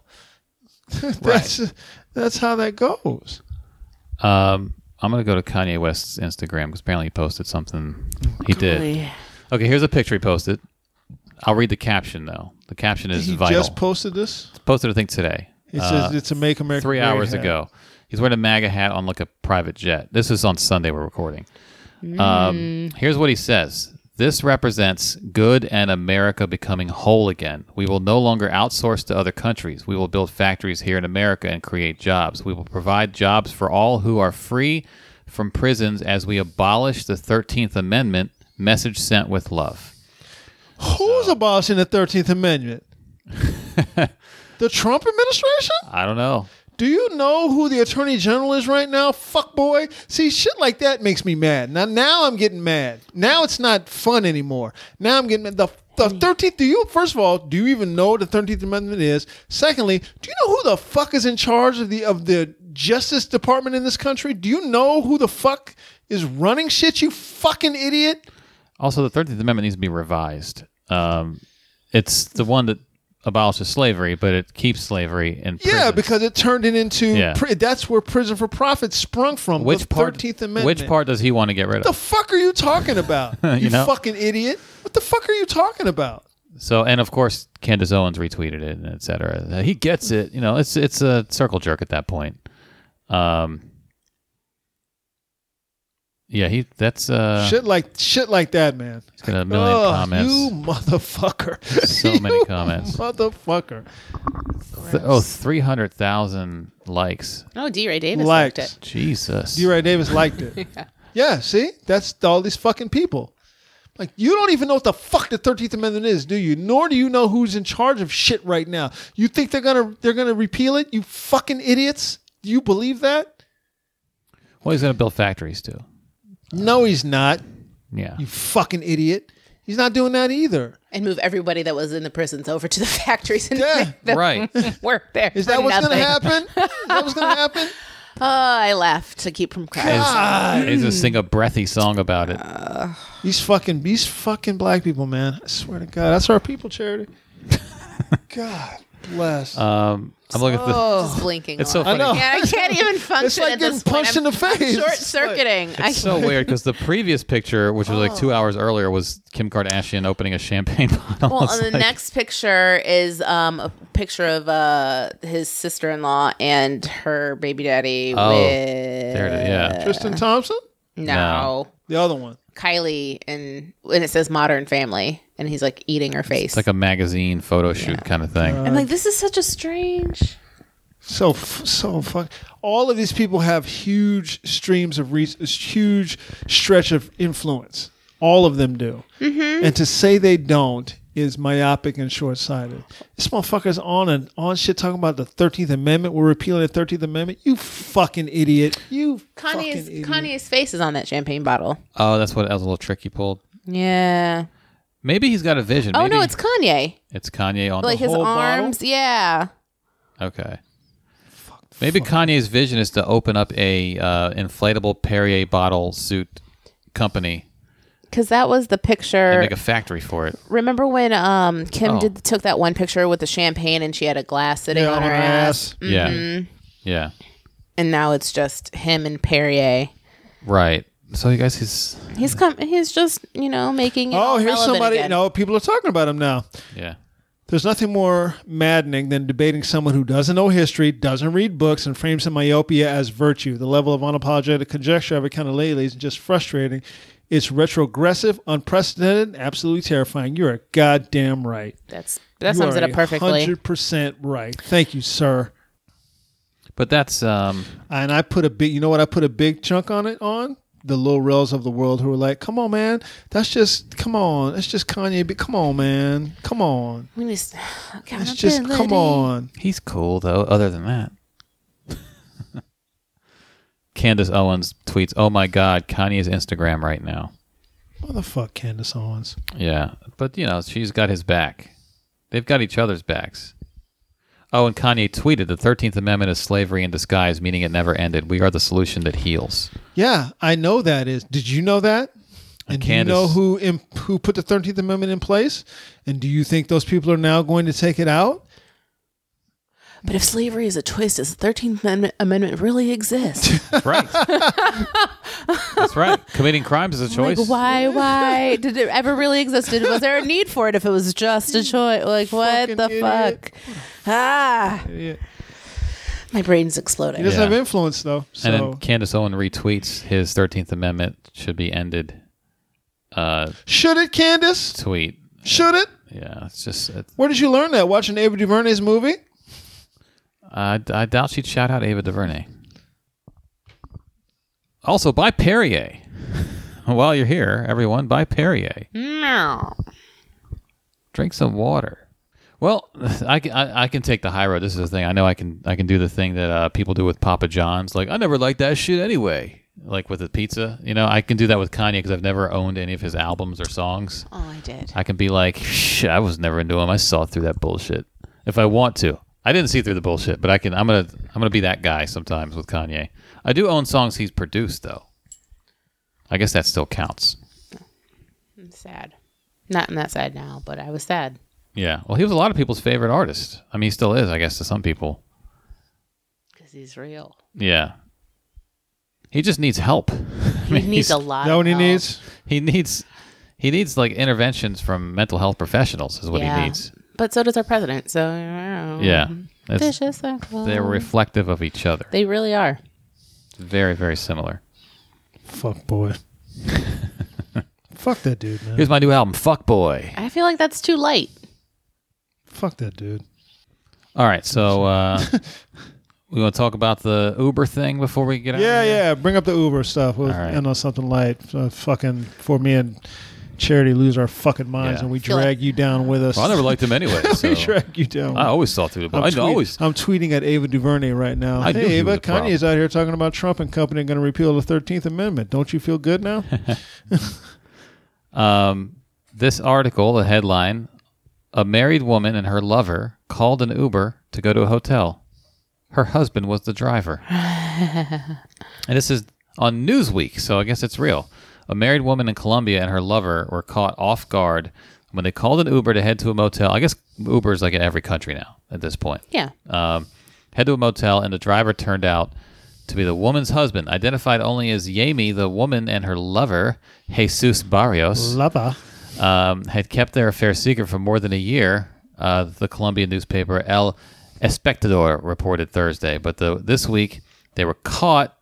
B: that's that's how that goes.
C: Um, I'm gonna go to Kanye West's Instagram because apparently he posted something. He did.
D: Golly.
C: Okay, here's a picture he posted. I'll read the caption though. The caption is
B: he
C: vital.
B: just posted this.
C: posted, I think, today.
B: It
C: Uh,
B: says it's a Make America
C: three
B: Great
C: hours
B: hat.
C: ago. He's wearing a MAGA hat on like a private jet. This is on Sunday. We're recording.
B: Mm.
C: Um, here's what he says. This represents good and America becoming whole again. We will no longer outsource to other countries. We will build factories here in America and create jobs. We will provide jobs for all who are free from prisons as we abolish the 13th Amendment. Message sent with love.
B: Who's abolishing the Thirteenth Amendment? the Trump administration?
C: I don't know.
B: Do you know who the Attorney General is right now? Fuck boy. See, shit like that makes me mad. Now, now I'm getting mad. Now it's not fun anymore. Now I'm getting mad. the the
C: Mm.
B: thirteenth. Do you first of all do you even know what the Thirteenth Amendment is? Secondly, do you know who the fuck is in charge of the of the Justice Department in this country? Do you know who the fuck is running shit? You fucking idiot.
C: Also, the Thirteenth Amendment needs to be revised. Um, it's the one that abolishes slavery, but it keeps slavery in prison.
B: Yeah, because it turned it into
C: Yeah.
B: pri- that's where prison for profit sprung from.
C: which
B: the
C: part?
B: 13th Amendment.
C: Which part does he want to get rid
B: What the
C: of?
B: fuck are you talking about? you
C: know?
B: fucking idiot. What the fuck are you talking about?
C: so, and of course, Candace Owens retweeted it, and et cetera. He gets it. You know, it's it's a circle jerk at that point. Um, yeah, he. That's uh,
B: shit like shit like that, man.
C: he's got a million
B: Ugh,
C: comments.
B: You motherfucker.
C: So many
B: You
C: comments.
B: Motherfucker.
C: Th- oh, three hundred thousand likes.
D: Oh, D. Ray Davis
B: Liked.
D: liked it.
C: Jesus.
B: D. Ray Davis liked it. yeah. see? That's all these fucking people. Like, you don't even know what the fuck the 13th Amendment is, do you? Nor do you know who's in charge of shit right now. You think they're gonna they're gonna repeal it, you fucking idiots? Do you believe that?
C: Well, he's going to build factories too.
B: No, he's not.
C: Yeah.
B: You fucking idiot. He's not doing that either.
D: And move everybody that was in the prisons over to the factories and
B: Yeah.
D: make them
C: Right.
D: work there.
B: Is that
D: for
B: what's going to
D: nothing.
B: happen? Is that what's going to happen?
D: Oh, I laughed to keep from crying.
C: They
D: Mm.
C: just sing a breathy song about it.
B: These fucking these fucking black people, man. I swear to God, that's our people, charity. God bless.
C: Um, I'm looking at the.
D: Just blinking.
C: It's
D: a
C: so
D: lot.
C: funny.
B: Oh. know.
D: Yeah, I can't even function.
B: It's like
D: at
B: getting
D: this point.
B: punched
D: I'm-
B: in the face.
D: I'm short circuiting. I
C: It's so weird because the previous picture, which was like
D: Oh.
C: two hours earlier, was Kim Kardashian opening a champagne bottle.
D: Well,
C: It's
D: and the
C: like-
D: next picture is um, a picture of uh, his sister in law and her baby daddy
C: Oh,
D: with
C: there it is. Yeah.
B: Tristan Thompson,
D: no,
C: No.
B: the other one.
D: Kylie, and and it says Modern Family, and he's like eating her face.
C: It's like a magazine photo shoot kind of thing.
D: I'm like, this is such a strange.
B: So f- so fuck. All of these people have huge streams of reach, this huge stretch of influence. All of them do.
D: Mm-hmm.
B: And to say they don't is myopic and short sighted. This motherfucker's on and on shit talking about the Thirteenth Amendment. We're repealing the Thirteenth Amendment. You fucking idiot. You fucking
D: Kanye's
B: idiot.
D: Kanye's face is on that champagne bottle.
C: Oh, that's what that was a little trick he pulled.
D: Yeah.
C: Maybe he's got a vision.
D: Oh
C: Maybe
D: no, it's Kanye.
C: it's Kanye on
D: Like
C: the
D: his
C: whole
D: arms. Yeah.
C: Okay. Maybe Kanye's vision is to open up a uh, inflatable Perrier bottle suit company
D: Because that was the
C: and
D: picture.
C: make a factory for it.
D: Remember when um, Kim
C: Oh.
D: did took that one picture with the champagne and she had a glass sitting
B: Yeah,
D: on her ass?
C: Yeah.
D: Mm-hmm.
C: Yeah.
D: and now it's just him and Perrier.
C: Right. So you guys, he's
D: He's come. He's just you know making. It
B: Oh,
D: all
B: here's
D: relevant
B: somebody.
D: Again.
B: No, people are talking about him now.
C: yeah.
B: There's nothing more maddening than debating someone who doesn't know history, doesn't read books, and frames the myopia as virtue. The level of unapologetic conjecture I've encountered lately is just frustrating. It's retrogressive, unprecedented, and absolutely terrifying. You're goddamn right.
D: That's that sums it up perfectly.
B: Hundred percent right. Thank you, sir.
C: But that's um
B: And I put a big, you know what? I put a big chunk on it on the little rails of the world who were like, "Come on, man, that's just come on, that's just Kanye. But come on, man, come on,
D: We just,
B: that's just come on."
C: he's cool though, other than that. Candace Owens tweets, Oh my god, Kanye's Instagram right now.
B: Motherfuck Candace Owens.
C: Yeah. But you know, she's got his back. They've got each other's backs. Oh, and Kanye tweeted the thirteenth amendment is slavery in disguise, meaning it never ended. We are the solution that heals.
B: Yeah, I know that is. Did you know that? And do you
C: Candace-
B: know who imp- who put the Thirteenth Amendment in place? And do you think those people are now going to take it out?
D: But if slavery is a choice, does the 13th Amendment, amendment really exist?
C: right. That's right. Committing crimes is a choice.
J: Like, why? Why did it ever really existed? Was there a need for it if it was just a choice? Like, what
B: Fucking
J: the
B: idiot.
J: fuck? Ah,
B: Idiot.
J: my brain's
B: He
J: exploding.
B: doesn't
C: Yeah.
B: have influence though. So
C: And then Candace Owen retweets his 13th Amendment should be ended uh,
B: should it, Candace?
C: tweet.
B: Should it?
C: Yeah, it's just, uh, it,
B: Where did you learn that? Watching Ava DuVernay's movie?
C: I, I doubt she'd shout out Ava DuVernay. Also, buy Perrier. While you're here, everyone, buy Perrier. Drink some water. Well, I, can- I, I can take the high road. This is the thing. I know I can I can do the thing that uh, people do with Papa John's. Like I never liked that shit anyway. Like with the pizza, you know, I can do that with Kanye because I've never owned any of his albums or songs.
D: oh, I did.
C: I can be like, shit, I was never into him. I saw through that bullshit. If I want to, I didn't see through the bullshit, but I can. I'm gonna. I'm gonna be that guy sometimes with Kanye. I do own songs he's produced though. I guess that still counts.
J: I'm sad. Not not sad now, but I was sad.
C: Yeah. Well, he was a lot of people's favorite artist. I mean, he still is, I guess, to some people.
J: Because he's real.
C: Yeah. He just needs help.
J: He needs a lot.
B: That
J: of
B: what he
J: help.
B: needs?
C: He needs. He needs like interventions from mental health professionals is what
J: Yeah.
C: he needs.
J: But so does our president. So I don't know.
C: Yeah. That's-
J: Vicious circle.
C: they're reflective of each other.
J: They really are.
C: Very, very similar.
B: Fuck boy. Fuck that dude, man.
C: Here's my new album, Fuck Boy.
J: I feel like that's too light.
B: Fuck that dude.
C: All right, so uh, we want to talk about the Uber thing before we get out. of
B: Yeah,
C: here?
B: yeah. Bring up the Uber stuff. We'll
C: All right.
B: end on something light. So fucking for me and Charity lose our fucking minds
C: Yeah.
B: and we
J: Feel
B: drag you down with us.
C: Well, I never liked him anyway. So
B: we drag you down.
C: I always saw through the.
B: I'm
C: I
B: tweet-
C: always.
B: I'm tweeting at Ava DuVernay right now.
C: I knew
B: hey,
C: he was
B: Ava,
C: a problem.
B: Kanye's out here talking about Trump and company going to repeal the 13th Amendment. Don't you feel good now?
C: Um, this article, the headline: A married woman and her lover called an Uber to go to a hotel. Her husband was the driver. and this is on Newsweek, so I guess it's real. A married woman in Colombia and her lover were caught off guard when they called an Uber to head to a motel. I guess Uber is like in every country now at this point.
J: Yeah.
C: um, head to a motel, and the driver turned out to be the woman's husband, identified only as Yami, the woman and her lover, Jesus Barrios,
B: Lava.
C: um, had kept their affair secret for more than a year. Uh, the Colombian newspaper El Espectador reported Thursday, but the, this week they were caught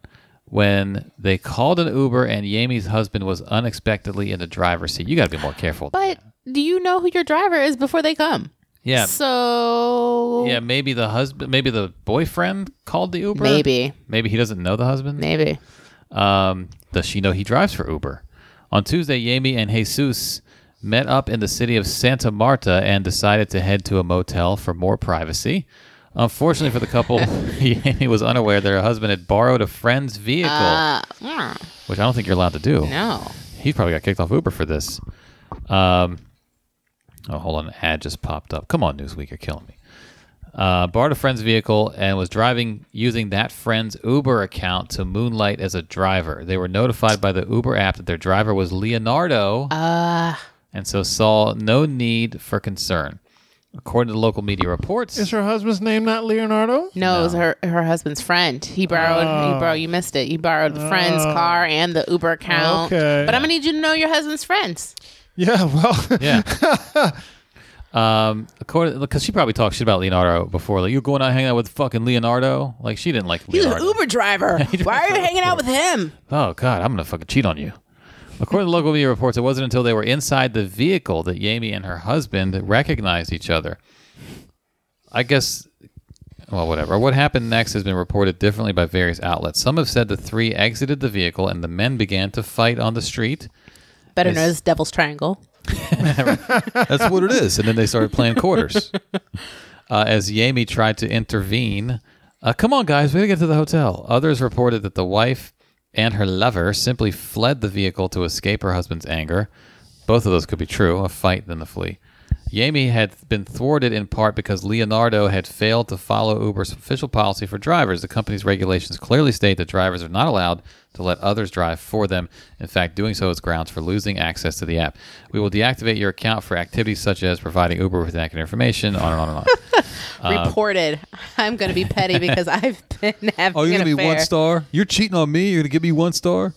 C: when they called an Uber and Yami's husband was unexpectedly in the driver's seat. You got to be more careful.
J: But do you know who your driver is before they come?
C: yeah,
J: So
C: yeah, maybe the husband, maybe the boyfriend called the Uber.
J: maybe.
C: maybe he doesn't know the husband.
J: Maybe.
C: Um, does she know he drives for Uber? On Tuesday, Yami and Jesus met up in the city of Santa Marta and decided to head to a motel for more privacy. Unfortunately for the couple, Yami was unaware that her husband had borrowed a friend's vehicle,
D: Ah.
C: which I don't think you're allowed to do.
J: No.
C: He probably got kicked off Uber for this. Um, oh, hold on. An ad just popped up. Come on, Newsweek. You're killing me. Uh, borrowed a friend's vehicle and was driving using that friend's Uber account to moonlight as a driver. They were notified by the Uber app that their driver was Leonardo
J: Uh.
C: and so saw no need for concern. According to local media reports,
B: Is her husband's name not Leonardo?
J: No, Oh. it was her her husband's friend. He borrowed he borrowed you missed it. He borrowed the friend's car and the Uber account.
B: Okay.
J: But I'm gonna need you to know your husband's friends.
B: Yeah, well,
C: Yeah. um, according because she probably talked shit about Leonardo before. Like you're going out hanging out with fucking Leonardo. Like she didn't like
J: He's an
C: Leonardo.
J: Uber driver. Why are you hanging out with him?
C: Oh God, I'm gonna fucking cheat on you. According to local media reports, it wasn't until they were inside the vehicle that Yami and her husband recognized each other. I guess, well, whatever. What happened next has been reported differently by various outlets. Some have said the three exited the vehicle and the men began to fight on the street.
J: Better
C: Is-
J: known as Devil's Triangle.
C: That's what it is. And then they started playing quarters. Uh, as Yami tried to intervene, uh, come on, guys, we gotta get to the hotel. Others reported that the wife and her lover simply fled the vehicle to escape her husband's anger. Both of those could be true a fight, then the flee. Yami had been thwarted in part because Leonardo had failed to follow Uber's official policy for drivers. The company's regulations clearly state that drivers are not allowed to let others drive for them. In fact, doing so is grounds for losing access to the app. We will deactivate your account for activities such as providing Uber with inaccurate information, on and on and on. Uh,
J: Reported. I'm going to be petty because I've been having
C: Oh, you're
J: an
C: gonna be
J: affair.
C: one star. You're cheating on me. You're gonna give me one star.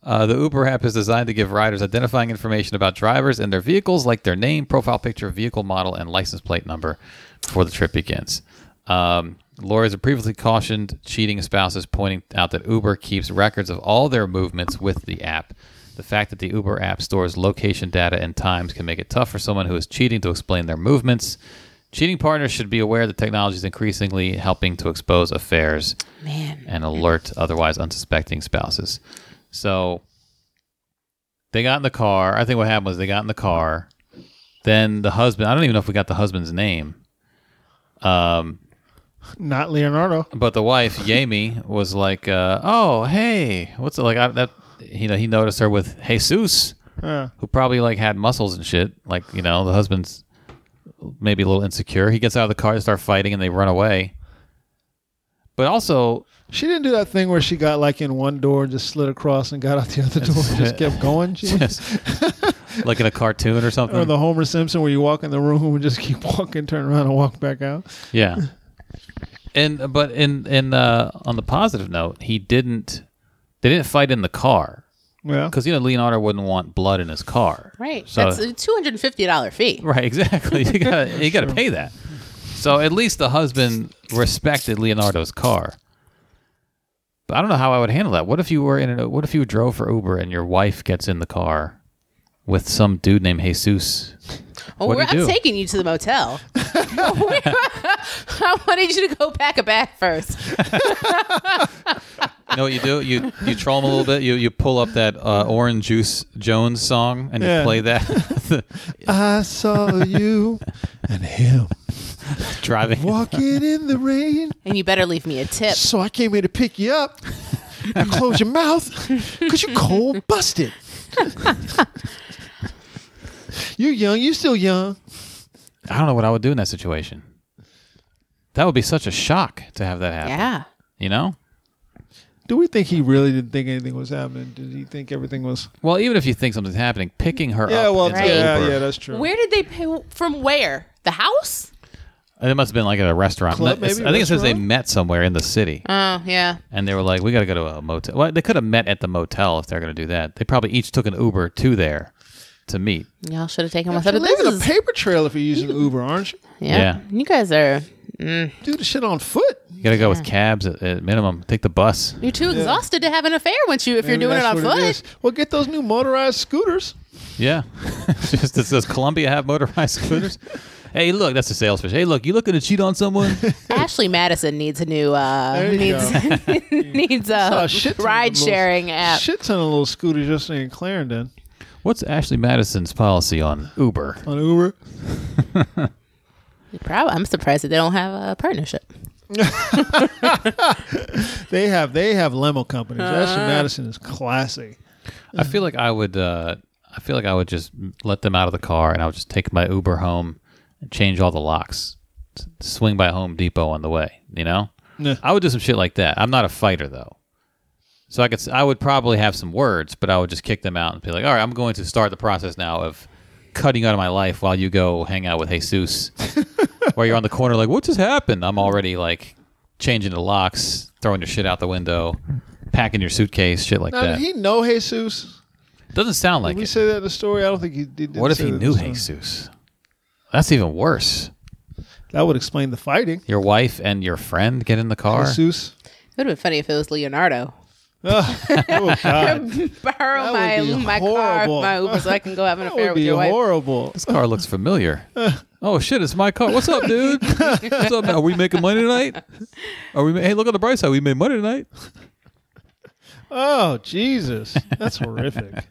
C: Uh, the Uber app is designed to give riders identifying information about drivers and their vehicles, like their name, profile picture, vehicle model, and license plate number, before the trip begins. Um, lawyers have previously cautioned cheating spouses, pointing out that Uber keeps records of all their movements with the app. The fact that the Uber app stores location data and times can make it tough for someone who is cheating to explain their movements. Cheating partners should be aware that technology is increasingly helping to expose affairs and alert otherwise unsuspecting spouses. So they got in the car. I think what happened was they got in the car. Then the husband, I don't even know if we got the husband's name. Um,
B: Not Leonardo.
C: but the wife, Yami, was like, uh, "Oh, hey, what's it like?" I, that you know, he noticed her with Jesus,
B: Yeah.
C: who probably like had muscles and shit. Like you know, the husband's maybe a little insecure. He gets out of the car, they start fighting, and they run away. But also,
B: She didn't do that thing where she got like in one door and just slid across and got out the other door and just kept going. She
C: like in a cartoon or something.
B: or the Homer Simpson where you walk in the room and just keep walking, turn around and walk back out.
C: Yeah. And but in in uh, on the positive note, he didn't. They didn't fight in the car
B: Yeah.
C: because you know Leonardo wouldn't want blood in his car.
J: Right.
C: So-
J: That's a $250 fee.
C: Right, exactly. You got you got to pay that. So at least the husband respected Leonardo's car. But I don't know how I would handle that. What if you were in an what if you drove for Uber and your wife gets in the car with some dude named Jesus?
J: Well,
C: What do
J: Oh, we're,
C: you do?
J: I'm taking you to the motel. I wanted you to go pack a bag first.
C: You know what you do? You you troll him a little bit. You you pull up that uh, Orange Juice Jones song and
B: Yeah.
C: you play that
B: I saw you and him
C: driving.
B: walking in the rain.
J: And you better leave me a tip.
B: So I came here to pick you up. You close your mouth because you're cold busted. you young. You still young.
C: I don't know what I would do in that situation. That would be such a shock to have that happen.
J: Yeah.
C: You know?
B: Do we think he really didn't think anything was happening? Did he think everything was?
C: Well, even if you think something's happening, picking her
B: Yeah,
C: up.
B: well,
C: in
J: Right.
C: the
B: yeah,
C: Uber-
B: yeah, that's true.
J: Where did they pay? From where? The house?
C: It must have been like at a restaurant.
B: Club,
C: It's-
B: maybe?
C: I think it says they
B: Restaurant?
C: met somewhere in the city,
J: Oh, yeah.
C: and they were like, "We got to go to a motel." Well, they could have met at the motel if they're going to do that. They probably each took an Uber to there to meet.
J: Y'all should have taken one
B: You're
J: up. This
B: leaving a
J: is,
B: paper trail if you're using Uber, aren't you?
J: yeah.
C: Yeah.
J: You guys are.
B: Do the shit on foot.
C: You got to go with cabs at, at minimum. Take the bus.
J: You're too exhausted to have an affair once you if you're
B: Maybe
J: doing it
B: that's
J: on
B: what
J: foot.
B: is. well, get those new motorized scooters.
C: Yeah. Just does, does Columbia have motorized scooters? hey, look, that's a sales pitch. Hey, look, you looking to cheat on someone?
J: Ashley Madison needs a new uh
B: There you
J: needs needs a
B: Oh, shit ton of
J: ride
B: little-
J: sharing app.
B: Shit ton of little scooters just in Clarendon
C: What's Ashley Madison's policy on Uber?
B: on Uber.
J: Prob- I'm surprised that they don't have a partnership.
B: They have they have limo companies. Ashley
J: Uh.
B: Madison is classy.
C: I feel like I would. Uh, I feel like I would just let them out of the car, and I would just take my Uber home and change all the locks. S- Swing by Home Depot on the way. You know,
B: Yeah.
C: I would do some shit like that. I'm not a fighter though, so I could. s- I would probably have some words, but I would just kick them out and be like, "All right, I'm going to start the process now of cutting you out of my life while you go hang out with Jesus." while you're on the corner, like, "What just happened?" I'm already like changing the locks, throwing your shit out the window, packing your suitcase, shit like
B: Now,
C: that.
B: did he know Jesus?
C: Doesn't sound like
B: Did we
C: it.
B: say that in the story? I don't think he did.
C: What if
B: say
C: he
B: that in
C: knew
B: the story.
C: Jesus? That's even worse.
B: That would explain the fighting.
C: Your wife and your friend get in the car.
B: Jesus.
J: It would have been funny if it was Leonardo.
B: Ugh. oh God,
J: Borrow
B: That
J: my
B: would be
J: my car,
B: horrible.
J: my Uber, so I can go have an
B: that
J: affair
B: would
J: with
B: be
J: your wife.
B: horrible.
C: This car looks familiar. oh shit! It's my car. What's up, dude? What's up? man? Are we making money tonight? Are we? ma- Hey, look on the bright side. We made money tonight.
B: Oh Jesus, that's horrific.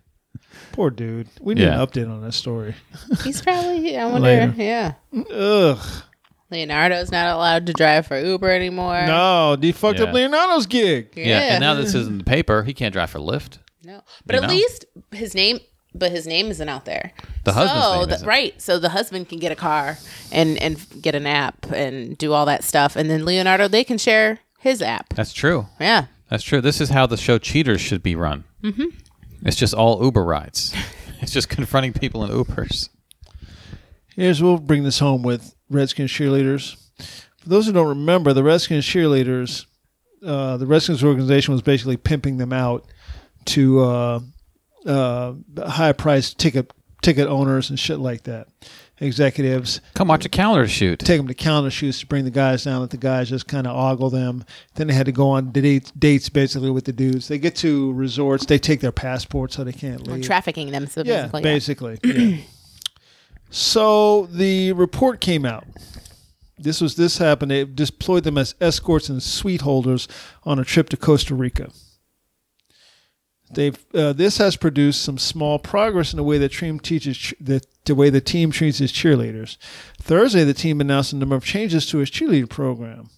B: Poor dude. We need
C: Yeah.
B: an update on that story.
J: He's probably. I wonder.
B: Later.
J: Yeah.
B: Ugh.
J: Leonardo's not allowed to drive for Uber anymore.
B: No, he fucked
C: Yeah.
B: up Leonardo's gig.
C: Yeah. And now this is in the paper. He can't drive for Lyft.
J: No, but
C: You
J: at
C: know?
J: least his name
D: but his name isn't out there.
C: The husband's
D: so
C: name
D: the-
C: isn't.
D: right, so the husband can get a car and and get an app and do all that stuff, and then Leonardo they can share his app.
C: That's true.
D: Yeah,
C: That's true. This is how the show Cheaters should be run. Mm-hmm. It's just all Uber rides. it's just confronting people in Ubers.
B: Here's we'll bring this home with Redskins cheerleaders. For those who don't remember, the Redskins cheerleaders, uh, the Redskins organization was basically pimping them out to uh, uh, high-priced ticket ticket owners and shit like that, executives.
C: Come watch a calendar shoot.
B: Take them to counter shoots to bring the guys down. Let the guys just kind of ogle them. Then they had to go on dates, dates basically with the dudes. They get to resorts. They take their passports so they can't
D: We're
B: leave.
D: trafficking them. So
B: Yeah,
D: basically,
B: basically. yeah. So the report came out. This was this happened. They deployed them as escorts and sweet holders on a trip to Costa Rica. They've uh, this has produced some small progress in the way that team teaches ch- the, the way the team treats its cheerleaders. Thursday, the team announced a number of changes to its cheerleader program.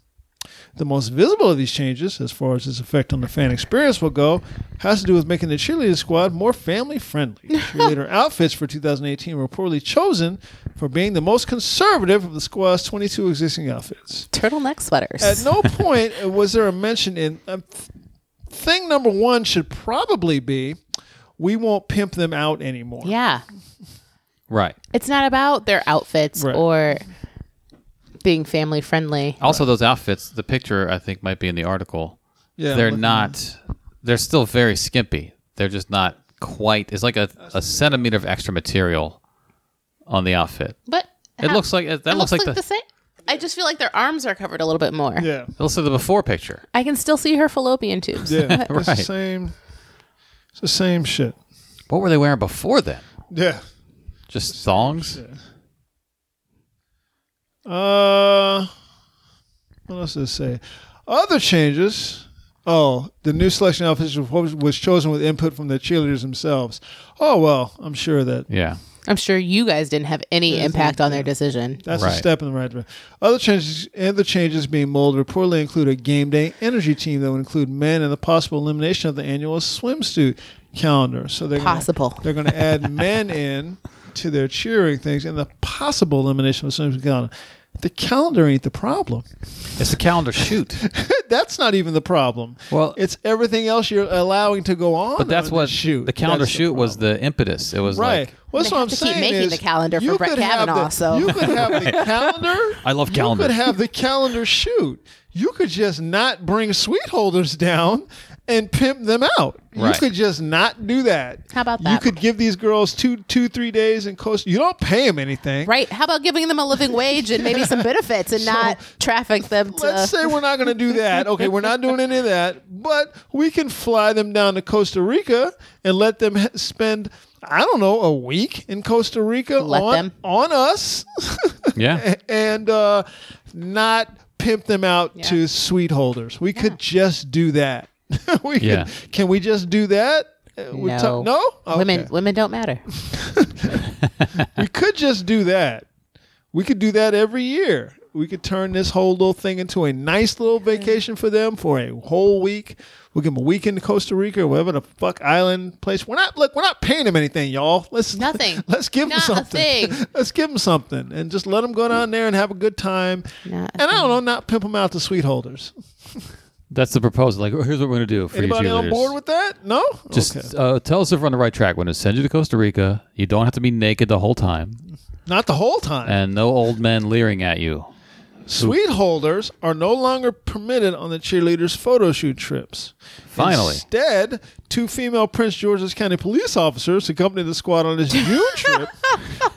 B: The most visible of these changes, as far as its effect on the fan experience will go, has to do with making the cheerleader squad more family friendly. cheerleader outfits for 2018 were poorly chosen for being the most conservative of the squad's 22 existing outfits.
D: turtleneck sweaters.
B: At no point was there a mention in. Um, th- thing number one should probably be we won't pimp them out anymore.
D: yeah,
C: Right.
D: it's not about their outfits
B: Right.
D: or being family friendly.
C: Also, those outfits. The picture I think might be in the article.
B: Yeah,
C: they're
B: looking-
C: not. They're still very skimpy. They're just not quite. It's like a, a centimeter of extra material on the outfit.
D: But
C: It
D: how-
C: looks like that
D: it
C: looks like the,
D: the same. I just feel like their arms are covered a little bit more.
B: Yeah.
C: it looks like the before picture.
D: I can still see her fallopian tubes.
B: Yeah. It's the
C: Right.
B: same. It's the same shit.
C: What were they wearing before then?
B: Yeah.
C: Just thongs.
B: Uh, what else does it say? Other changes. Oh, the new selection officer was was chosen with input from the cheerleaders themselves. Oh well, I'm sure that
C: Yeah.
D: I'm sure you guys didn't have any impact on their decision.
B: that's a
C: Right.
B: step in the right direction. Other changes and the changes being molded reportedly include a game day energy team that would include men and the possible elimination of the annual swimsuit calendar. So they're gonna-
D: Possible.
B: they're going to add men in to their cheering things and the possible elimination of swimsuit calendar. The calendar ain't the problem.
C: It's the calendar shoot.
B: that's not even the problem.
C: Well-
B: it's everything else you're allowing to go on.
C: But that's
B: on
C: what
B: the shoot.
C: the calendar
B: That's
C: shoot was
B: problem.
C: the impetus. It was
B: right.
C: like
B: Well, that's
D: They
B: what I'm
D: have to keep
B: saying.
D: making
B: is
D: the calendar for
B: you
D: Brett
B: could have
D: Kavanaugh,
B: the-
D: so.
B: you could have the calendar.
C: I love
B: You
C: calendars.
B: could have the calendar shoot. You could just not bring sweet holders down and pimp them out.
C: Right.
B: You could just not do that.
D: How about
B: You
D: that?
B: could give these girls two, two, three days in coast. You don't pay them anything.
D: Right. How about giving them a living wage and maybe some benefits and not traffic them to
B: Let's say we're not going to do that. Okay, we're not doing any of that, but we can fly them down to Costa Rica and let them h- spend, I don't know, a week in Costa Rica
D: Let
B: on,
D: them.
B: on us
C: yeah.
B: and uh, not pimp them out to sweet holders. We could just do that. we
C: Yeah.
B: could, can we just do that? Uh, we're ta-
D: no,
B: no? Okay.
D: women women don't matter.
B: We could just do that. We could do that every year. We could turn this whole little thing into a nice little vacation for them for a whole week. We'll give them a week in Costa Rica or whatever the fuck island place. We're not look, we're not paying them anything, y'all. Let's
D: Nothing.
B: Let's give
D: Not a
B: them something.
D: thing.
B: Let's give them something and just let them go down there and have a good time.
D: Not
B: and I don't know, not pimp them out to sweet holders.
C: That's the proposal. Like, oh, here's what we're gonna do for
B: Anybody
C: you cheerleaders.
B: on board with that? No.
C: Just uh, tell us if we're on the right track. We're gonna send you to Costa Rica. You don't have to be naked the whole time,
B: not the whole time.
C: and no old men leering at you.
B: Sweet holders are no longer permitted on the cheerleaders' photo shoot trips.
C: Finally.
B: Instead, two female Prince George's County police officers accompanied the squad on this June trip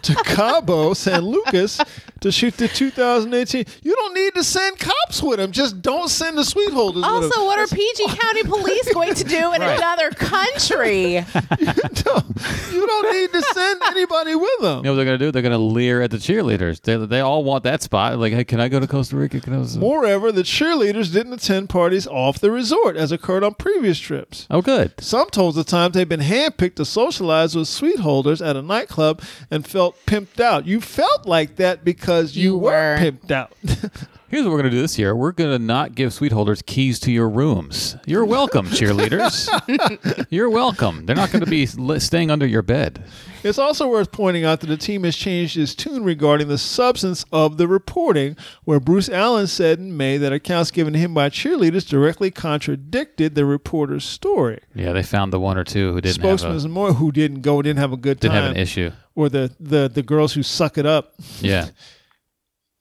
B: to Cabo San Lucas to shoot the 2018. You don't need to send cops with them. Just don't send the sweet holders
D: Also,
B: with them.
D: what are PG County police going to do in
C: Right.
D: another country?
B: you don't need to send anybody with them.
C: You know what they're gonna do? They're gonna leer at the cheerleaders. They, they all want that spot. Like, hey, can I go to Costa Rica? Can I?
B: Moreover, the cheerleaders didn't attend parties off the resort as occurred on previous trips.
C: oh, good.
B: Some told the times they've been handpicked to socialize with sweet holders at a nightclub and felt pimped out. You felt like that because you,
D: You
B: were,
D: were.
B: pimped out.
C: Here's what we're going to do this year. We're going to not give sweet holders keys to your rooms. You're welcome, cheerleaders. You're welcome. They're not going to be li- staying under your bed.
B: It's also worth pointing out that the team has changed its tune regarding the substance of the reporting, where Bruce Allen said in May that accounts given to him by cheerleaders directly contradicted the reporter's story.
C: Yeah, they found the one or two who didn't
B: Spokesman
C: have
B: is
C: a,
B: more who didn't go, didn't have a good time,
C: didn't have an issue.
B: or the, the the girls who suck it up.
C: Yeah.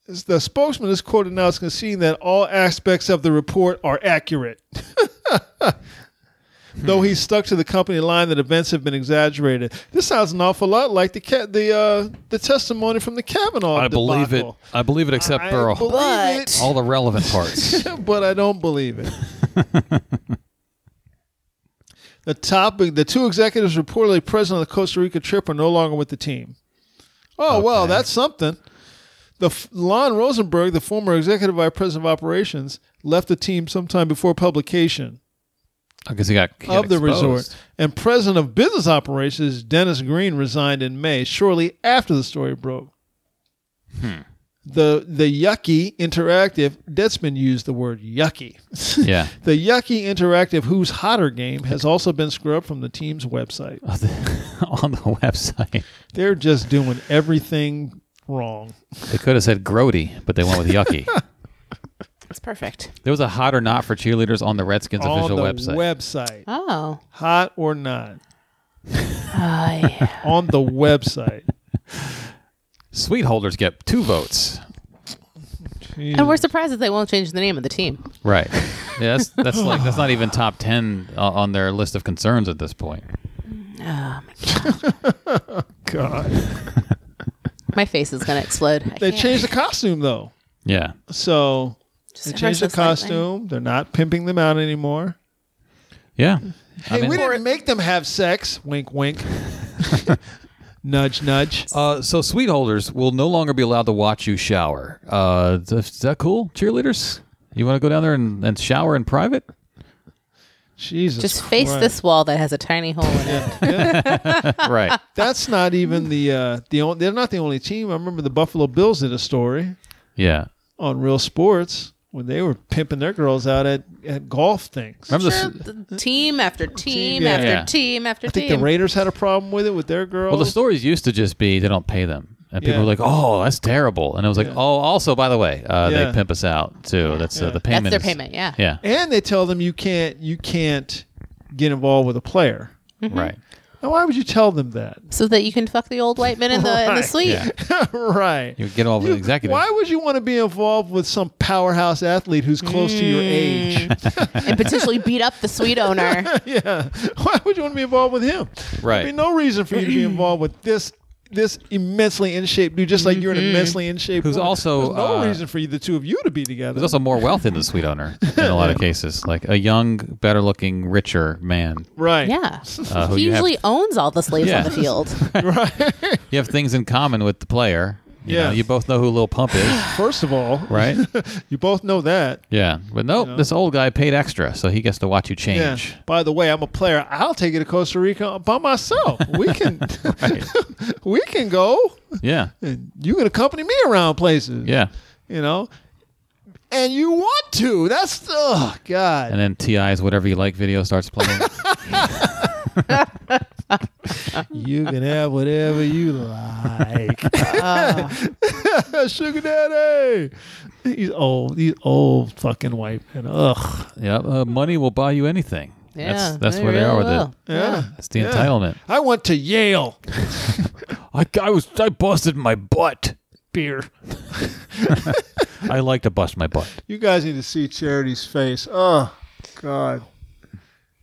B: The spokesman is quoted now as conceding that all aspects of the report are accurate. Though he stuck to the company line that events have been exaggerated. This sounds an awful lot like the ca- the uh, the testimony from the Kavanaugh.
C: I believe it.
B: debacle.
C: I believe it except
B: I
C: for all-
B: believe it.
C: all the relevant parts.
B: but I don't believe it. the topic: the two executives reportedly present on the Costa Rica trip are no longer with the team. Oh well, that's something. The f- Lon Rosenberg, the former executive vice president of operations, left the team sometime before publication
C: I guess he got he got
B: of the resort,
C: exposed.
B: and president of business operations Dennis Green resigned in May, shortly after the story broke. The the yucky interactive Deadspin used the word yucky.
C: Yeah.
B: The yucky interactive Who's Hotter game has also been scrubbed from the team's website.
C: on the website.
B: They're just doing everything wrong.
C: They could have said grody, but they went with yucky.
D: It's perfect.
C: there was a hot or not for cheerleaders on the Redskins
B: On
C: official
B: the
C: website.
B: website.
J: Oh.
B: Hot or not.
J: Oh, yeah.
B: On the website.
C: Sweet holders get two votes.
J: and we're surprised that they won't change the name of the team.
C: Right. Yeah, that's, that's like that's not even top ten uh, on their list of concerns at this point.
B: God.
J: My face is going to explode. I
B: They
J: can't.
B: changed the costume though.
C: Yeah.
B: So they
J: ever
B: changed the
J: so slightly.
B: costume. They're not pimping them out anymore.
C: Yeah.
B: Hey, we didn't make them have sex. Wink, wink. nudge, nudge.
C: Uh, so sweet holders will no longer be allowed to watch you shower. Uh, is is that cool, cheerleaders? You want to go down there and, and shower in private?
B: Jesus.
J: Just face
B: Christ.
J: this wall that has a tiny hole in it.
C: right.
B: That's not even the uh, the only. They're not the only team. I remember the Buffalo Bills did a story
C: Yeah.
B: on Real Sports when they were pimping their girls out at, at golf things.
C: Remember
J: Sure,
C: the, s-
J: the team after team
B: yeah.
J: after
C: Yeah.
J: team after
B: I
J: team.
B: think the Raiders had a problem with it with their girls.
C: well, the stories used to just be they don't pay them, and people
B: Yeah.
C: were like, "Oh, that's terrible," and it was like, "Oh, also by the way, uh,
B: Yeah.
C: they pimp us out too. That's uh, the
J: That's
C: payment.
J: their
C: is-
J: payment. Yeah.
C: Yeah.
B: and they tell them you can't you can't get involved with a player.
C: Right.
B: Now, why would you tell them that?
J: So that you can fuck the old white men in the in the
B: Right.
J: suite.
C: Yeah.
B: right.
C: You get all the executive.
B: Why would you want to be involved with some powerhouse athlete who's close to your age?
C: Hmm.
D: And potentially beat up the suite owner.
B: yeah. Why would you want to be involved with him?
C: Right.
B: There'd be no reason for you to be involved with this this immensely in shape dude, just like you're an immensely in shape.
C: Who's
B: woman.
C: also,
B: There's no
C: uh,
B: reason for you, the two of you to be together.
C: There's also more wealth in the sweet owner in a lot of cases, like a young, better-looking, richer man.
B: right.
J: Yeah.
C: Uh, who
J: he
C: you have-
J: usually owns all the slaves
C: Yeah.
J: on the field.
B: Right.
C: You have things in common with the player. You
B: Yeah.
C: know, you both know who Lil Pump is,
B: First of all,
C: right?
B: you both know that.
C: Yeah, but nope, this old guy paid extra, so he gets to watch you change.
B: Yeah. By the way, I'm a player. I'll take you to Costa Rica by myself. We can we can go.
C: Yeah,
B: And you can accompany me around places.
C: yeah.
B: You know? And you want to. That's oh God.
C: And then Ti's "Whatever You Like" video starts playing.
B: You can have whatever you like. Sugar daddy. He's old. He's old fucking white. And ugh.
C: yeah, uh, money will buy you anything.
J: Yeah,
C: that's that's
J: they
C: where they
J: really
C: are with
J: will.
C: it.
B: Yeah.
C: That's the entitlement.
B: I went to Yale.
C: I, I was I busted my butt.
B: Beer.
C: I like to bust my butt.
B: You guys need to see Charity's face. Oh God.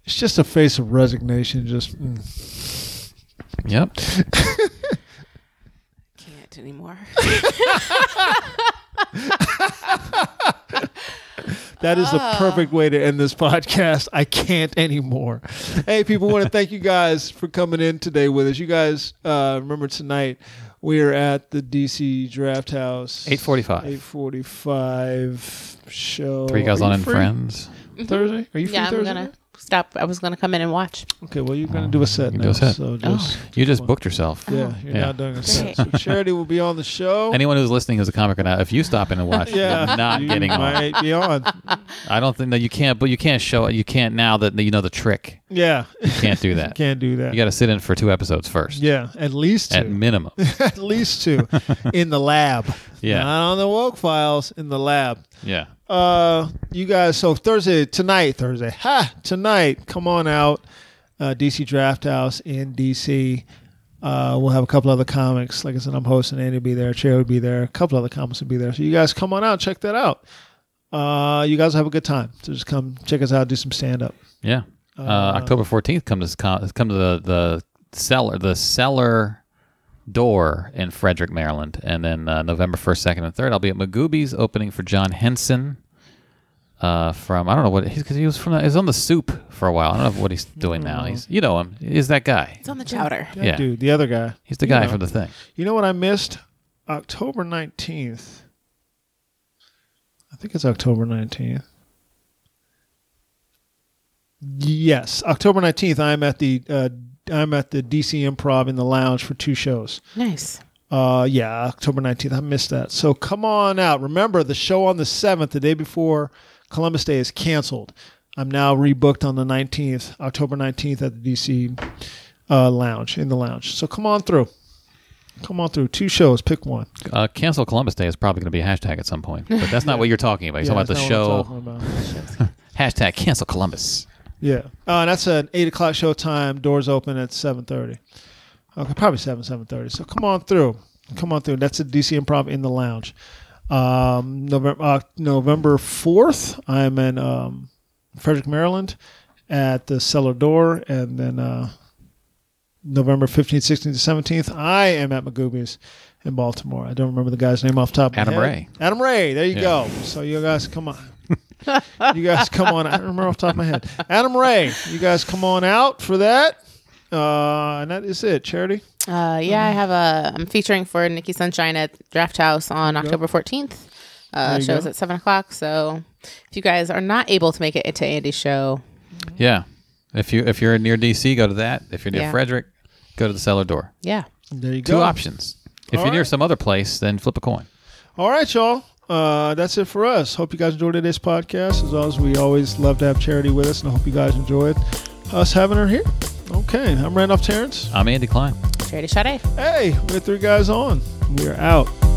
B: It's just a face of resignation. Just mm.
C: Yep.
D: Can't anymore.
B: That is
J: Ah.
B: the perfect way to end this podcast. I can't anymore. Hey, people, want to thank you guys for coming in today with us. You guys uh, remember tonight we are at the DC Draft House.
C: 8:45.
B: Eight forty-five show.
C: Three guys
B: Are you
C: on and
B: free
C: friends.
B: Thursday. Are you free
J: Yeah, I'm
B: Thursday?
J: gonna-
B: night?
D: stop. I was going to come in and watch.
B: Okay, well, you're going to do a set
C: You
B: now.
C: do a set.
J: Oh,
B: So just,
C: you just booked yourself.
B: Yeah, you're now doing a set. So Charity will be on the show.
C: Anyone who's listening who's a comic or not, if you stop in and watch,
B: Yeah,
C: you're not
B: you
C: getting on.
B: might be on.
C: I don't think that you can't, but you can't show it. You can't now that you know the trick.
B: Yeah.
C: You can't do that.
B: Can't do that.
C: You got to sit in for two episodes first.
B: Yeah, at least
C: At
B: two.
C: minimum.
B: At least two in the lab.
C: Yeah.
B: Not on the woke files, in the lab.
C: Yeah.
B: Uh, you guys, so Thursday, tonight, Thursday, ha, tonight, come on out. Uh, DC Draft House in DC. Uh, we'll have a couple other comics. Like I said, I'm hosting. Andy will be there. Chair will be there. A couple other comics will be there. So you guys come on out. Check that out. Uh, you guys will have a good time. So just come check us out. Do some stand up.
C: Yeah. Uh, October 14th come to con- come to the, the cellar the cellar door in Frederick, Maryland, and then uh, November 1st, 2nd, and 3rd I'll be at Magoobies opening for John Henson. Uh, from I don't know what he's because he was from the, he was on the soup for a while. I don't know what he's doing now. He's you know him. He's that guy.
D: It's on the chowder.
B: Mm-hmm. That
C: Yeah.
B: dude, the other guy.
C: He's the
B: You
C: guy
B: know.
C: from the thing.
B: You know what I missed? October 19th. I think it's October 19th. Yes, October 19th I'm at the uh, I'm at the DC Improv in the lounge for two shows.
D: Nice.
B: Uh yeah, October 19th. I missed that. So come on out. Remember the show on the 7th, the day before Columbus Day is canceled. I'm now rebooked on the 19th, October 19th at the DC uh, lounge in the lounge. So come on through. Come on through. Two shows, pick one.
C: Uh, cancel Columbus Day is probably going to be a hashtag at some point, but that's not what you're talking about. You're
B: Yeah,
C: talking
B: that's
C: about
B: not what I'm
C: the show. hashtag cancel Columbus.
B: Yeah, uh, and that's an eight o'clock show time. Doors open at seven thirty. Okay, probably seven seven thirty. So come on through, come on through. That's a DC Improv in the lounge. Um, November uh, November fourth, I'm in um, Frederick, Maryland, at the Cellar Door, and then uh, November fifteenth, sixteenth, to seventeenth, I am at Magoobies in Baltimore. I don't remember the guy's name off the top. Of my
C: Adam
B: head.
C: Ray.
B: Adam Ray. There you
C: Yeah.
B: go. So you guys, come on. you guys come on. I don't remember off the top of my head. Adam Ray, you guys come on out for that. Uh, and that is it. Charity.
D: Uh, yeah, I have a. I'm featuring for Nikki Sunshine at Draft House on October 14th. Uh,
B: There you
D: shows
B: go.
D: at seven o'clock. So if you guys are not able to make it to Andy's show,
C: Yeah. If you if you're near DC, go to that. If you're near
D: Yeah.
C: Frederick, go to the cellar door.
D: yeah,
B: There you
C: Two
B: go.
C: options. If
B: All
C: you're near
B: right.
C: some other place, then flip a coin.
B: All right, y'all. Uh, that's it for us. Hope you guys enjoyed today's podcast. As always, we always love to have Charity with us, and I hope you guys enjoyed us having her here. Okay, I'm Randolph Terrence.
C: I'm Andy Klein.
D: Charity Sade.
B: Hey, we're three guys on. We are out.